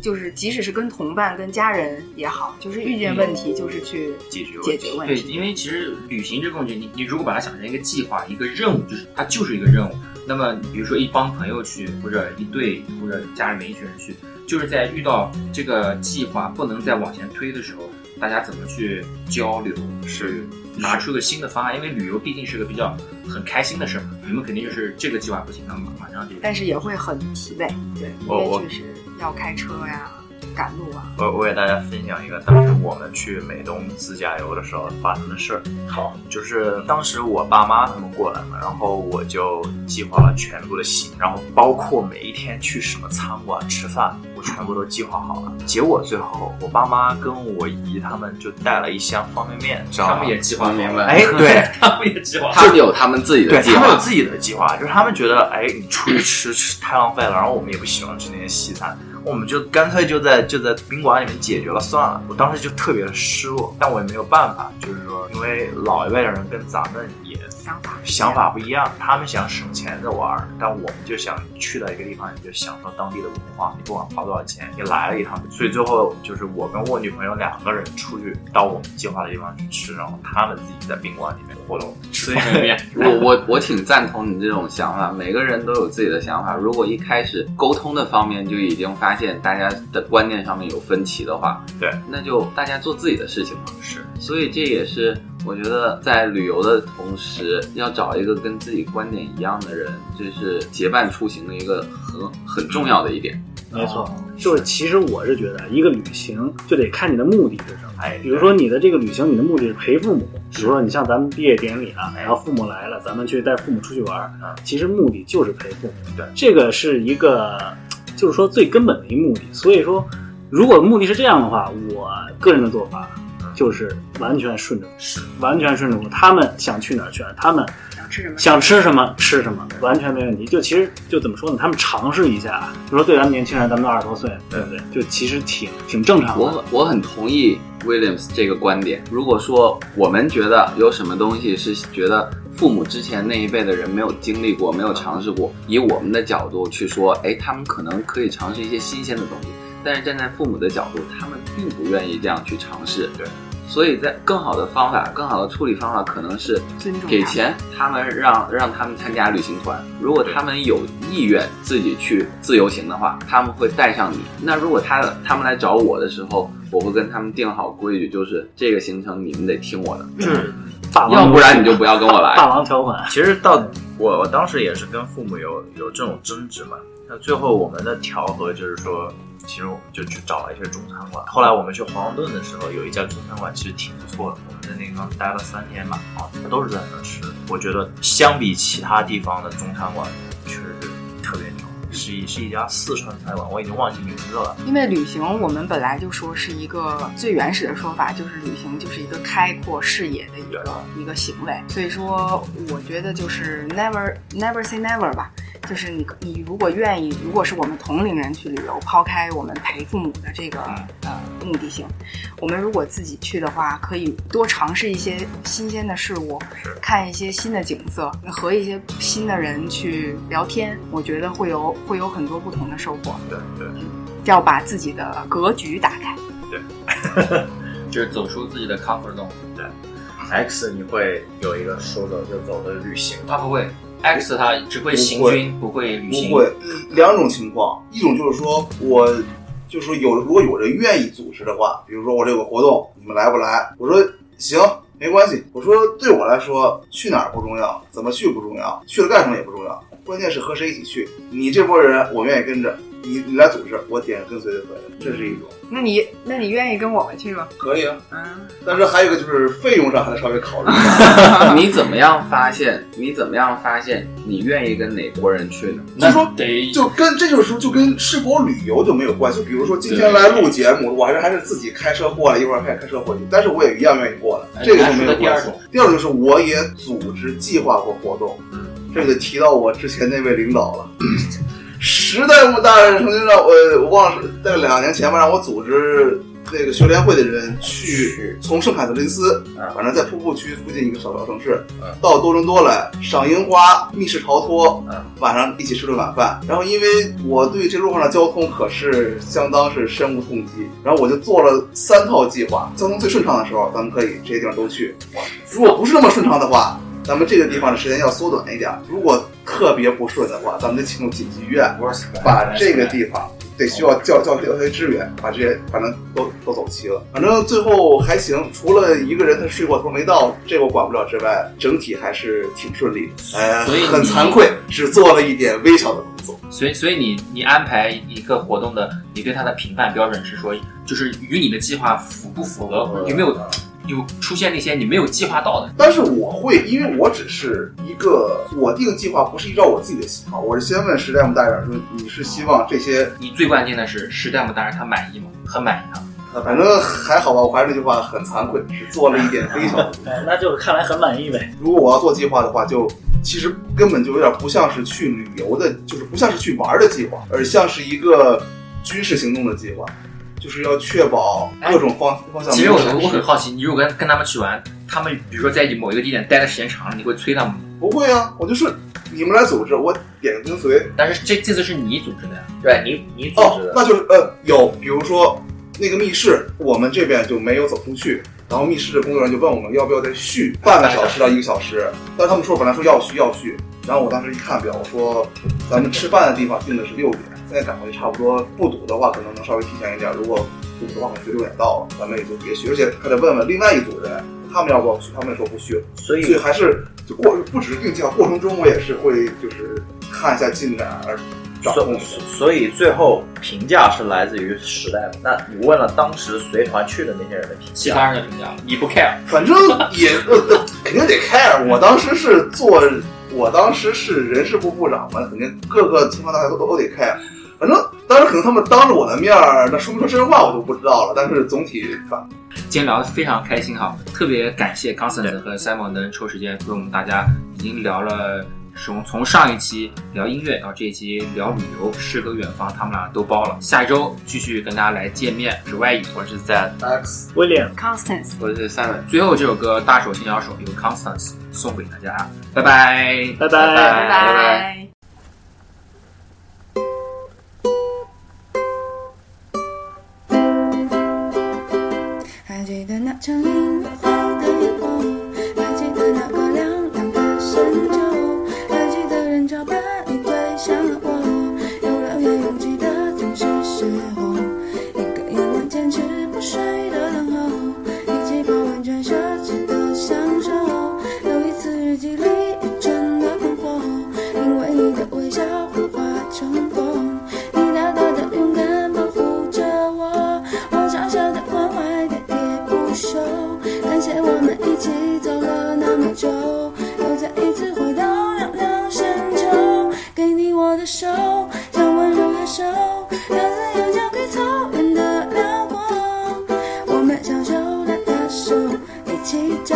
D: 就是即使是跟同伴、跟家人也好，就是遇见问题，就是去
A: 解决问题
D: 解决问
E: 对，
D: 题。
E: 因为其实旅行这个东西，你你如果把它想成一个计划、一个任务，就是它就是一个任务。那么，比如说一帮朋友去，或者一队，或者家里面一群人去，就是在遇到这个计划不能再往前推的时候，大家怎么去交流，是拿出个新的方案。因为旅游毕竟是个比较很开心的事儿嘛，你们肯定就是这个计划不行，那马马上就
D: 但是也会很疲惫，对，
A: 我
D: 因
A: 我
D: 为确实要开车呀、赶路啊。
A: 我我给大家分享一个当时我们去美东自驾游的时候发生的事儿。好，就是当时我爸妈他们过来嘛，然后我就计划了全部的行，然后包括每一天去什么餐馆吃饭，我全部都计划好了。结果最后我爸妈跟我姨他们就带了一箱方便面，知道吗？
E: 他们也计划好了
B: 明白
A: 哎， [LAUGHS] 对，
E: [LAUGHS] 他们也计划好了。
B: 他们有他们自己的
A: 对
B: 计
A: 他们有
B: 划，
A: 自己的计划，就是他们觉得，哎，你出去吃吃太浪费了，然后我们也不喜欢吃那些西餐，我们就干脆就在就在宾馆里面解决了算了。我当时就特别的失落，但我也没有办法，就是说，因为辈老一辈的人跟咱们也
D: 想法
A: 想法不一样，他们想省钱着玩儿，但我们就想去到一个地方，你就享受当地的文化，你不管花多少钱，你来了一趟。所以最后就是我跟我女朋友两个人出去到我们计划的地方去吃，然后他们自己在宾馆里面活动。所以
E: 方便
B: [LAUGHS] 我我我挺赞同你这种想法，每个人都有自己的想法。如果一开始沟通的方面就已经发现大家的观念上面有分歧的话，
A: 对，
B: 那就大家做自己的事情嘛。
A: 是，
B: 所以这也是我觉得在旅游的同时，要找一个跟自己观点一样的人，这是结伴出行的一个很很重要的一点。
F: 没
E: 哦
F: 错，就是其实我是觉得，一个旅行就得看你的目的是什么。
A: 哎，
F: 比如说你的这个旅行，你的目的是陪父母，比如说你像咱们毕业典礼了，然后父母来了，咱们去带父母出去玩儿
A: 嗯，
F: 其实目的就是陪父母。
A: 对
F: 这个是一个，就是说最根本的一目的。所以说，如果目的是这样的话，我个人的做法就是完全顺着，完全顺着他们想去哪儿去哪儿，他们
D: 想吃什么？
F: 想吃什么吃什么，完全没问题。就其实就怎么说呢，他们尝试一下，比如说对咱们年轻人，咱们都二十多岁，对不对？就其实挺挺正常的。
B: 我我很同意 Williams 这个观点。如果说我们觉得有什么东西是觉得父母之前那一辈的人没有经历过、没有尝试过，以我们的角度去说，哎，他们可能可以尝试一些新鲜的东西，但是站在父母的角度，他们并不愿意这样去尝试。
A: 对。
B: 所以在更好的方法、更好的处理方法，可能是
D: 尊重他们
B: 给钱，他们让让他们参加旅行团。如果他们有意愿自己去自由行的话，他们会带上你。那如果他他们来找我的时候，我会跟他们定好规矩，就是这个行程你们得听我的，
F: 霸王
B: 要不然你
F: 游戏
B: 就不要跟我
F: 霸
B: 来。
F: 王条款。
A: 其实到我我当时也是跟父母有有这种争执嘛，那最后我们的调和就是说，其实我们就去找了一些中餐馆。后来我们去华盛顿的时候，有一家中餐馆其实挺不错的，我们在那地方待了三天吧，啊，都是在那儿吃。我觉得相比其他地方的中餐馆，确实是特别牛，是一是一家四川菜馆，我已经忘记名字了。
D: 因为旅行，我们本来就说是一个最原始的说法，就是旅行就是一个开阔视野的一个一个行为。所以说，我觉得就是 never never say never 吧，就是你你如果愿意，如果是我们同龄人去旅游，抛开我们陪父母的这个呃目的性，我们如果自己去的话，可以多尝试一些新鲜的事物，看一些新的景色，和一些新的人去聊天，我觉得会有会有很多不同的收获。
A: 对对
D: 要把自己的格局打开。
E: 就是走出自己的 comfort zone。
A: ，X 你会有一个说走就走的旅行
E: 他不会，X 他只会行军，不会旅行。
C: 不会，两种情况，一种就是说我，就是说有如果有人愿意组织的话，比如说我这有个活动，你们来不来？我说行，没关系。我说对我来说，去哪儿不重要，怎么去不重要，去了干什么也不重要，关键是和谁一起去。你这波人，我愿意跟着。你你来组织，我点跟随就可以了，这是一种
D: 那你那你愿意跟我们去吗？
C: 可以啊。
D: 嗯，
C: 但是还有一个就是费用上还得稍微考虑一下。
B: 你怎么样发现？你怎么样发现你愿意跟哪国人去呢？
E: 那
C: 就说
E: 得
C: 就跟这种时候就跟是否旅游就没有关系。就比如说今天来录节目，我还是还是自己开车过来，一会儿还开车回去，但是我也一样愿意过来，这个就没有关系。第二个就是我也组织计划过活动，这个提到我之前那位领导了。 [LAUGHS] 时代部大人曾经让我，我忘了是大概两年前吧，让我组织那个学联会的人去啊从圣凯特琳斯，反正在瀑布区附近一个小小城市，到多伦多来赏樱花、密室逃脱，晚上一起吃顿晚饭。然后因为我对这路上的交通可是相当是深恶痛疾，然后我就做了三套计划。交通最顺畅的时候，咱们可以这些地方都去；如果不是那么顺畅的话，咱们这个地方的时间要缩短一点。如果特别不顺的话，咱们得请求紧急医院，把
E: 嗯
C: 这个地方得需要叫叫叫些支援，把这些反正都都走齐了。反正最后还行，除了一个人他睡过头没到，这个我管不了之外，整体还是挺顺利的。哎，
E: 所以你
C: 很惭愧，只做了一点微小的工作。
E: 所以，所以你你安排一个活动的，你对它的评判标准是说，就是与你的计划符不符合，有没有有出现那些你没有计划到的？
C: 但是我会，因为我只是一个我定计划，不是依照我自己的喜好，我是先问时代姆大人说你是希望这些
E: 你最关键的是时代姆大人他满意吗？很满意他。啊
C: 呃，反正还好吧，我还是那句话，很惭愧，只做了一点微小的。
F: 哎，那就是看来很满意呗。
C: 如果我要做计划的话，就其实根本就有点不像是去旅游的，就是不像是去玩儿的计划，而像是一个军事行动的计划。就是要确保各种方方向
E: 其实
C: 没有
E: 我
C: 闪
E: 我很
C: 失。
E: 好奇，你如果跟跟他们去玩，他们比如说在某一个地点待的时间长了，你会催他们吗？
C: 不会啊，我就是你们来组织，我点个跟随。
E: 但是这这次是你组织的呀，
B: 对你你组
C: 哦
B: 织，的，
C: 那就是呃，有，比如说那个密室，我们这边就没有走出去，然后密室的工作人员就问我们要不要再续半个小时到一个小时，但是他们说本来说要续要续，然后我当时一看表，我说咱们吃饭的地方定的是六点，现在赶回去差不多不堵的话，可能能稍微提前一点，如果堵的话，可能就六点到了，咱们也就别续，而且还得问问另外一组人。他们要不要续？他们说不续，
B: 所
C: 所以
B: 以
C: 还是就过不只是定计划，过程中我也是会就是看一下进展而掌
B: 所
C: 控一下。
B: 所以最后评价是来自于时代嘛？那你问了当时随团去的那些人的评
E: 其
B: 价，
E: 他人的评价了，你不 care，
C: 反正也呃肯定得 care。我当时是做，我当时是人事部部长嘛，肯定各个从上到下都都得 care。反正当时可能他们当着我的面儿，那说不出真话我就不知道了。但是总体反
E: 今天聊得非常开心哈，特别感谢 Constance 和 Simon 能抽时间为我们大家已经聊了。从从上一期聊音乐到这一期聊旅游，诗和远方，他们俩都包了。下一周继续跟大家来见面。是外影，
B: 我是在，
C: X
F: ，William。
D: Constance。
B: 我是三文，
E: 最后这首歌《大手牵小手》由 Constance 送给大家，拜拜，
F: 拜拜
D: 拜拜。
H: 还记得那场你会的烟火，还记得那个凉凉的深秋，还记得人潮把你推向了角落，有了也拥挤的正是时候，一个夜晚坚持不睡的等候，一起泡温泉奢侈的享受，有一次日记里一阵的困惑，因为你的微笑幻化成风，你大大的勇敢保护着我。我小小的关怀喋喋不休，感谢我们一起走了那么久，又再一次回到凉凉深秋，给你我的手，像温柔的手，让自由交给草原的辽阔。我们小手拉大手，一起走，